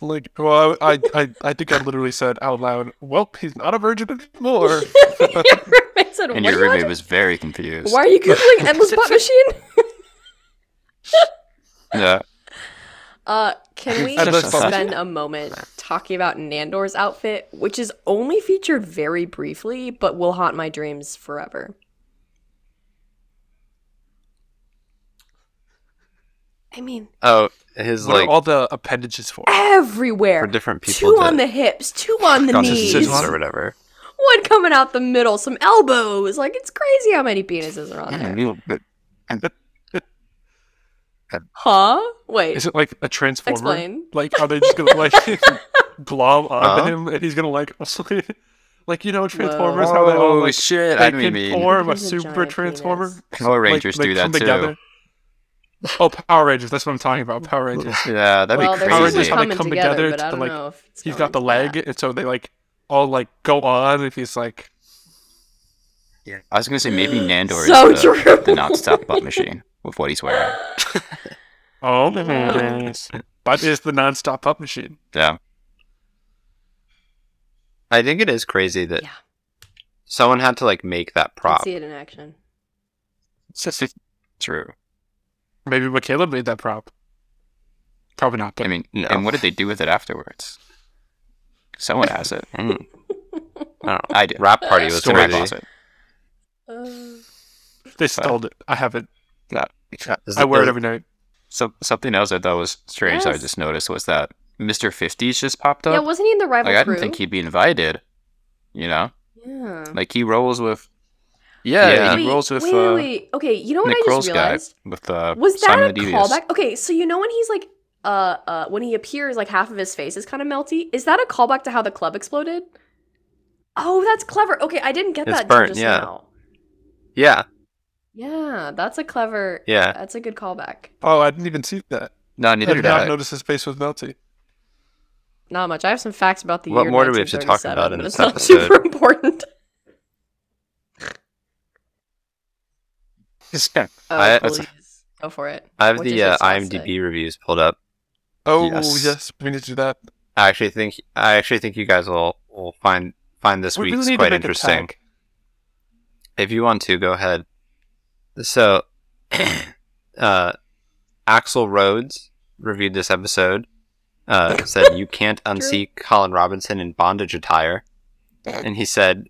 B: like, well, I, I, I think I literally said out loud, "Well, he's not a virgin anymore."
A: your roommate said,
C: And
A: "What are
C: your
A: you
C: roommate
A: watching?
C: was very confused.
A: Why are you
C: [laughs]
A: googling endless butt machine?
C: Yeah.
A: Uh, can we
B: Endless butt
A: spend a moment talking about Nandor's outfit, which is only featured very briefly, but will haunt my dreams forever? I mean,
D: Oh, his
B: what
D: like
B: are all the appendages for?
D: for
A: everywhere.
D: different people.
A: Two
D: to-
A: on the hips, two on the
D: got
B: his
A: knees,
D: diseases
B: knees.
D: or whatever.
A: one coming out the middle, some elbows. Like it's crazy how many penises are on there. Huh? Wait.
B: Is it like a transformer?
A: Explain.
B: Like, are they just
A: [laughs]
B: gonna like glob onto
D: Huh?
B: him and he's gonna like, [laughs] like you know, transformers how they all
C: Oh
B: like
C: shit!
B: they
C: I didn't
B: can
C: mean
B: form a
A: Because a
B: super
A: giant
B: transformer?
A: penis.
C: Power
B: Like,
C: Rangers
B: they
C: do
B: come
C: that too.
B: together. Oh, Power Rangers! That's what I'm talking about. Power Rangers.
C: Yeah, [laughs] that'd
A: well,
C: be
A: they're
B: Power
A: usually
B: Rangers
C: crazy.
B: how they
A: coming
B: come
A: together,
B: together
A: but I
B: to,
A: don't
B: like,
A: know if it's
B: he's
A: going
B: got the
A: like
B: leg,
A: that.
B: and so they like all like go on, and he's like,
C: I was gonna say maybe Nandor
A: So
C: is the, [laughs]
A: true. [laughs]
C: the non-stop butt machine with what he's wearing.
D: [laughs]
B: oh,
A: Nice.
B: but is the nonstop pup machine.
C: Yeah.
D: I think it is crazy that
A: Yeah.
D: someone had to like make that
A: Let's
D: prop.
A: see it in action.
C: True.
B: Maybe Michaela made that prop. Probably not, but
C: I mean,
D: No.
C: and what did they do with it afterwards? Someone has it.
D: [laughs] Mm. I don't know.
C: I did.
D: Rap party was
C: Story
D: crazy.
C: boss it.
A: Uh,
B: they stole it. I have it.
C: No.
D: Is
B: I wear it
D: is-
B: every night.
C: So, something else I thought was strange that I
A: Yes.
C: just noticed was that Mr. 50s just popped
A: yeah,
C: up.
A: wasn't he in the rival
C: like, I
A: crew?
C: didn't think he'd be invited. You know?
A: yeah.
C: Like, he rolls with. Yeah,
D: Yeah.
C: he
A: Wait,
C: rolls with
A: wait,
C: uh,
A: wait. Okay, you know what
C: Nick
A: I just
C: Kroll's guy.
A: realized?
C: With, uh,
A: Was that
C: Simon
A: a
C: the Devious.
A: callback? Okay, so you know when he's like, uh, uh, when he appears, like half of his face is kind of melty. Is that a callback to how the club exploded? Oh, that's clever. Okay, I didn't get
D: It's
A: that
D: burnt,
A: just
D: yeah.
A: now.
D: Yeah,
A: Yeah, that's a clever.
D: yeah.
A: That's a good callback.
B: Oh, I didn't even see that.
C: No,
B: I
C: neither
B: did
C: did
B: not
C: I.
B: notice his face was melty.
A: Not much. I have some facts about the
D: What
A: year.
D: more do we have to talk
A: 1937,
D: about in
A: but
D: this
A: it's not
D: episode?
A: Super important. [laughs] Oh,
D: I- that's-
A: please. Go for it. [laughs]
D: I have
A: What does
D: the
A: your
D: uh,
A: source
D: IMDb
A: say?
D: reviews pulled up.
B: Oh
C: Yes.
B: yes, we need to do that.
D: I actually think I actually think you guys will will find find this
B: we
D: week's
B: really need
D: quite
B: to make a
D: interesting.
B: tag.
D: If you want to, go ahead. So, [clears throat] uh, Axel Rhodes reviewed this episode. Uh, said you can't unsee Colin Robinson in bondage attire, and he said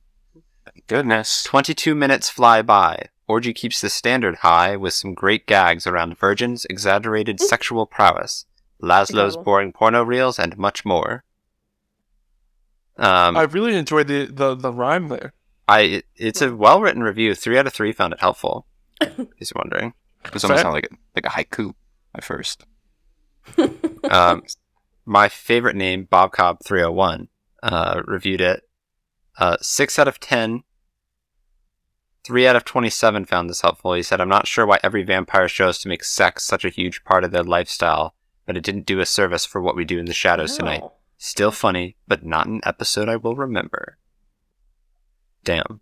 C: Goodness.
D: 22 minutes fly by. Orgy keeps the standard high with some great gags around virgins, exaggerated sexual prowess, Laszlo's
A: Adorable.
D: boring porno reels, and much more. Um,
B: I
D: I,
B: really enjoyed the, the, the rhyme there.
D: it's a well written review. Three out of three found it helpful. He's wondering.
C: It was almost
B: Fair.
C: like, a, like a haiku at first.
D: Um, my favorite name, Bob Cobb 301, uh, reviewed it. Uh, six out of ten. Three out of twenty-seven found this helpful. He said, "I'm not sure why every vampire shows to make sex such a huge part of their lifestyle, but it didn't do a service for what we do in the shadows tonight.
A: Wow.
D: Still funny, but not an episode I will remember." Damn.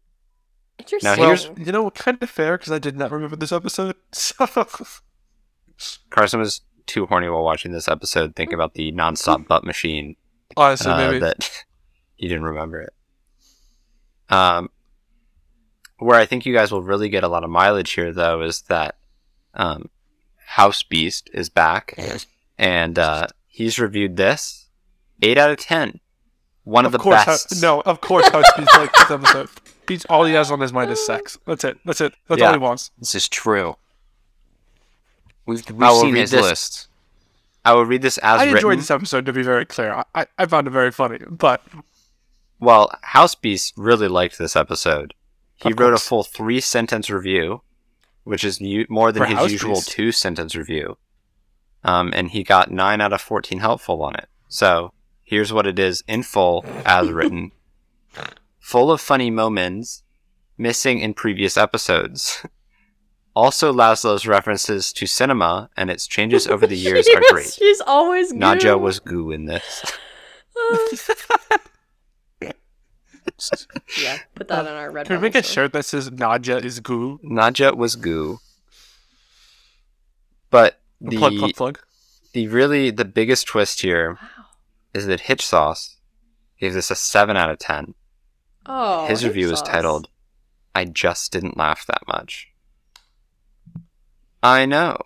A: Interesting.
D: Now
B: Well,
D: here's-
B: you know, kind of fair because I did not remember this episode. [laughs] So
D: Carson was too horny while watching this episode. Think about the nonstop butt machine
B: honestly,
D: uh,
B: maybe
D: that [laughs] you didn't remember it. Um, where I think you guys will really get a lot of mileage here, though, is that um, House Beast is back, and uh, he's reviewed this eight out of ten, one of, the
B: course,
D: best.
B: Hus- no, of course,
D: [laughs]
B: Husky's like this episode. He's all he has on his mind is sex. That's it. That's it. That's
D: Yeah.
B: all he wants.
C: This is true. We've, we've
D: I will
C: seen
D: read
C: his
D: this
C: list.
D: I will read this as
B: I
D: written.
B: enjoyed this episode to be very clear. I, I, I found it very funny, but
D: Well, House Beast really liked this episode. He
B: Of
D: wrote
B: course.
D: a full three sentence review, which is mu- more than
B: For
D: his
B: House
D: usual
B: Beast?
D: two sentence review. Um, and he got nine out of 14 helpful on it. So here's what it is in full
B: [laughs]
D: as written full of funny moments missing in previous episodes. Also, Laszlo's references to cinema and its changes over
B: [laughs]
A: [laughs]
D: the years
A: She
D: are
A: was-
D: great.
A: She's always
D: Nadja
A: good.
D: was goo in this.
A: Uh, [laughs] yeah, put that on our red.
B: Um, can we make a shirt that says Nadja is goo?
D: Nadja was goo. But the
B: plug, plug, plug.
D: the really the biggest twist here
A: Wow.
D: is that Hitch Sauce gave this a seven out of ten.
A: Oh,
D: His
A: hate
D: review is
A: sauce.
D: titled "I just didn't laugh that much." I know.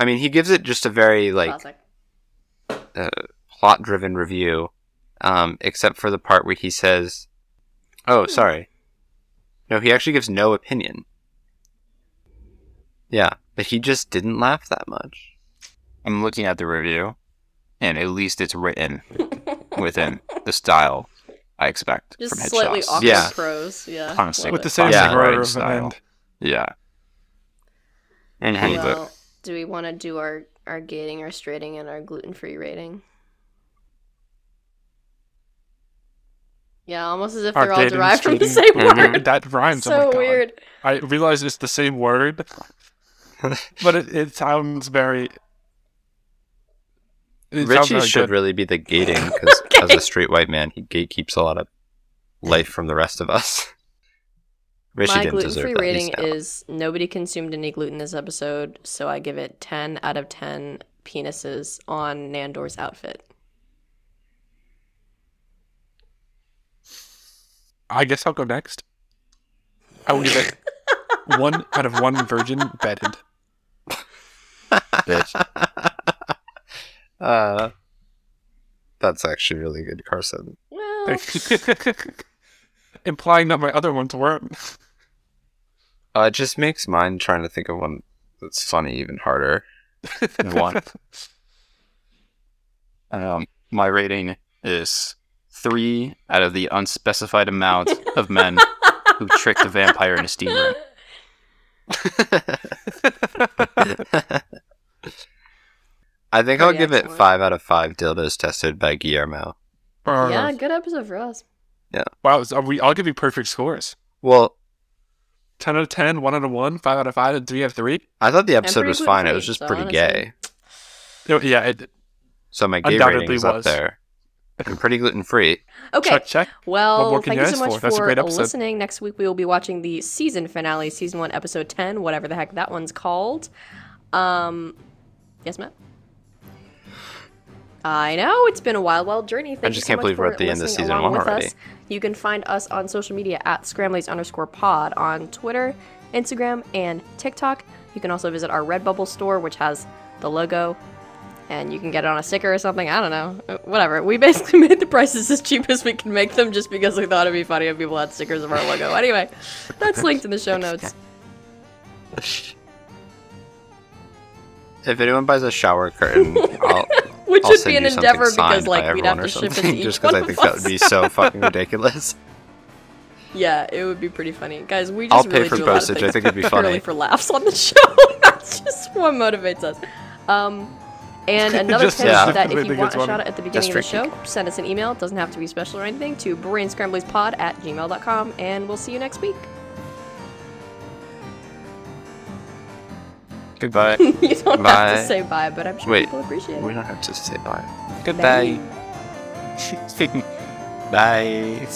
D: I mean, he gives it just a very like [laughs]
A: Classic. [laughs]
D: plot driven review, um, except for the part where he says, Oh, sorry. No, he actually gives no opinion. Yeah, but he just didn't laugh that much.
C: I'm looking at the review, and at least it's written within the style I expect
A: Just
C: from
A: slightly
C: Headshots.
A: awkward
D: Yeah.
A: prose. Yeah,
C: Honestly,
A: love
B: With the
A: it.
B: same
D: Yeah.
B: yeah, order
C: Writing
B: of an
C: style.
B: end.
C: Yeah.
D: And
C: Pretty
D: hey,
C: Well-
A: Well, do we want to do our our gating, our straighting, and our gluten free rating? Yeah, almost as if
B: Our
A: they're all
B: dating
A: derived from the same
B: streeting.
D: Mhm.
A: word.
B: [laughs] That rhymes. oh
A: [laughs]
B: my
A: so
B: God.
A: weird.
B: I realize it's the same word, but it, it sounds very. it sounds
D: Richie
B: very
D: should
B: good.
D: really be the gating
A: [laughs]
D: because as
A: Okay.
D: a straight white man, he gatekeeps a lot of life from the rest of us. [laughs] Richie
A: My
D: didn't
A: gluten
D: deserve
A: free
D: that. He's [laughs]
A: rating
D: down.
A: is nobody consumed any gluten this episode, so I give it 10 out of 10 penises on Nandor's outfit?
B: I guess I'll go next. I will give
A: [laughs]
B: it one out of one virgin bedded. [laughs]
C: Bitch.
D: Uh, that's actually really good, Carson.
A: Well, [laughs]
B: Implying that my other ones weren't.
D: Uh, it just makes mine trying to think of one that's funny even harder.
C: One.
B: [laughs]
C: Um, my rating is three out of the unspecified amount of men who tricked a vampire in a steam room.
D: I think I'll
A: Pretty
D: give it
A: excellent.
D: five out of five dildos tested by Guillermo.
A: yeah, good episode for us.
B: Wow, so we all give you perfect scores.
D: Well,
B: 10 out of 10, 1 out of 1, 5 out of 5, and 3 out of 3.
D: I thought the episode
A: pretty
D: was fine. It
A: gluten-free,
D: was just
A: so
D: pretty
A: honestly.
D: gay.
B: No, Yeah, it,
D: So my gay rating
B: Undoubtedly
D: is up
B: was.
D: there. And pretty
C: [laughs]
D: gluten free.
A: Okay.
B: check, check. What
A: Well,
B: more can
A: thank
B: you
A: you so
B: ask
A: much for,
B: for? That's a great episode.
A: listening. Next week we will be watching the season finale, season one, episode ten, whatever the heck that one's called. Um, yes, Matt. I know it's been a wild, wild journey. Thank you so
D: just can't
A: much
D: believe we're
A: for
D: at the end of
A: listening
D: season
A: along
D: one
A: with
D: already.
A: Us. You can find us on social media at scramblies underscore pod on Twitter, Instagram, and TikTok. You can also visit our Redbubble store, which has the logo, and you can get it on a sticker or something. I don't know. Uh, Whatever. We basically [laughs] made the prices as cheap as we can make them just because we thought it'd be funny if people had stickers of our logo. Anyway, that's linked in the show notes.
D: If anyone buys a
A: [laughs]
D: shower curtain, I'll,
A: Which
D: I'll
A: would
D: send
A: be an
D: you something
A: endeavor
D: signed
A: because
D: by
A: like we'd
D: everyone
A: have
D: or
A: to ship it to
D: something, [laughs]
A: each
D: just
A: one
D: I
A: of
D: think that
A: us.
D: would
A: [laughs]
D: be so fucking ridiculous.
A: Yeah, it would be pretty funny, guys. We just
D: I'll pay
A: really
D: for
A: do a lot of
D: postage. I
A: things
D: think it'd be
A: [laughs] purely
D: funny.
A: for laughs on the [laughs] show. That's just what motivates us. Um, and another
B: [laughs] Just-
A: tip
D: yeah.
A: is that if
B: Definitely
A: you want
B: gets
A: a
B: one.
A: shout out at the beginning of the
D: Just
A: show, send us an email. It doesn't have to be special or anything to brainscramblingspod at gmail.com, and we'll see you next week. [laughs]
D: Goodbye.
A: you don't have
D: Bye.
A: to say bye, but I'm sure
D: Wait,
A: people appreciate
D: we
A: it.
D: don't have to say bye.
C: Goodbye. Bye.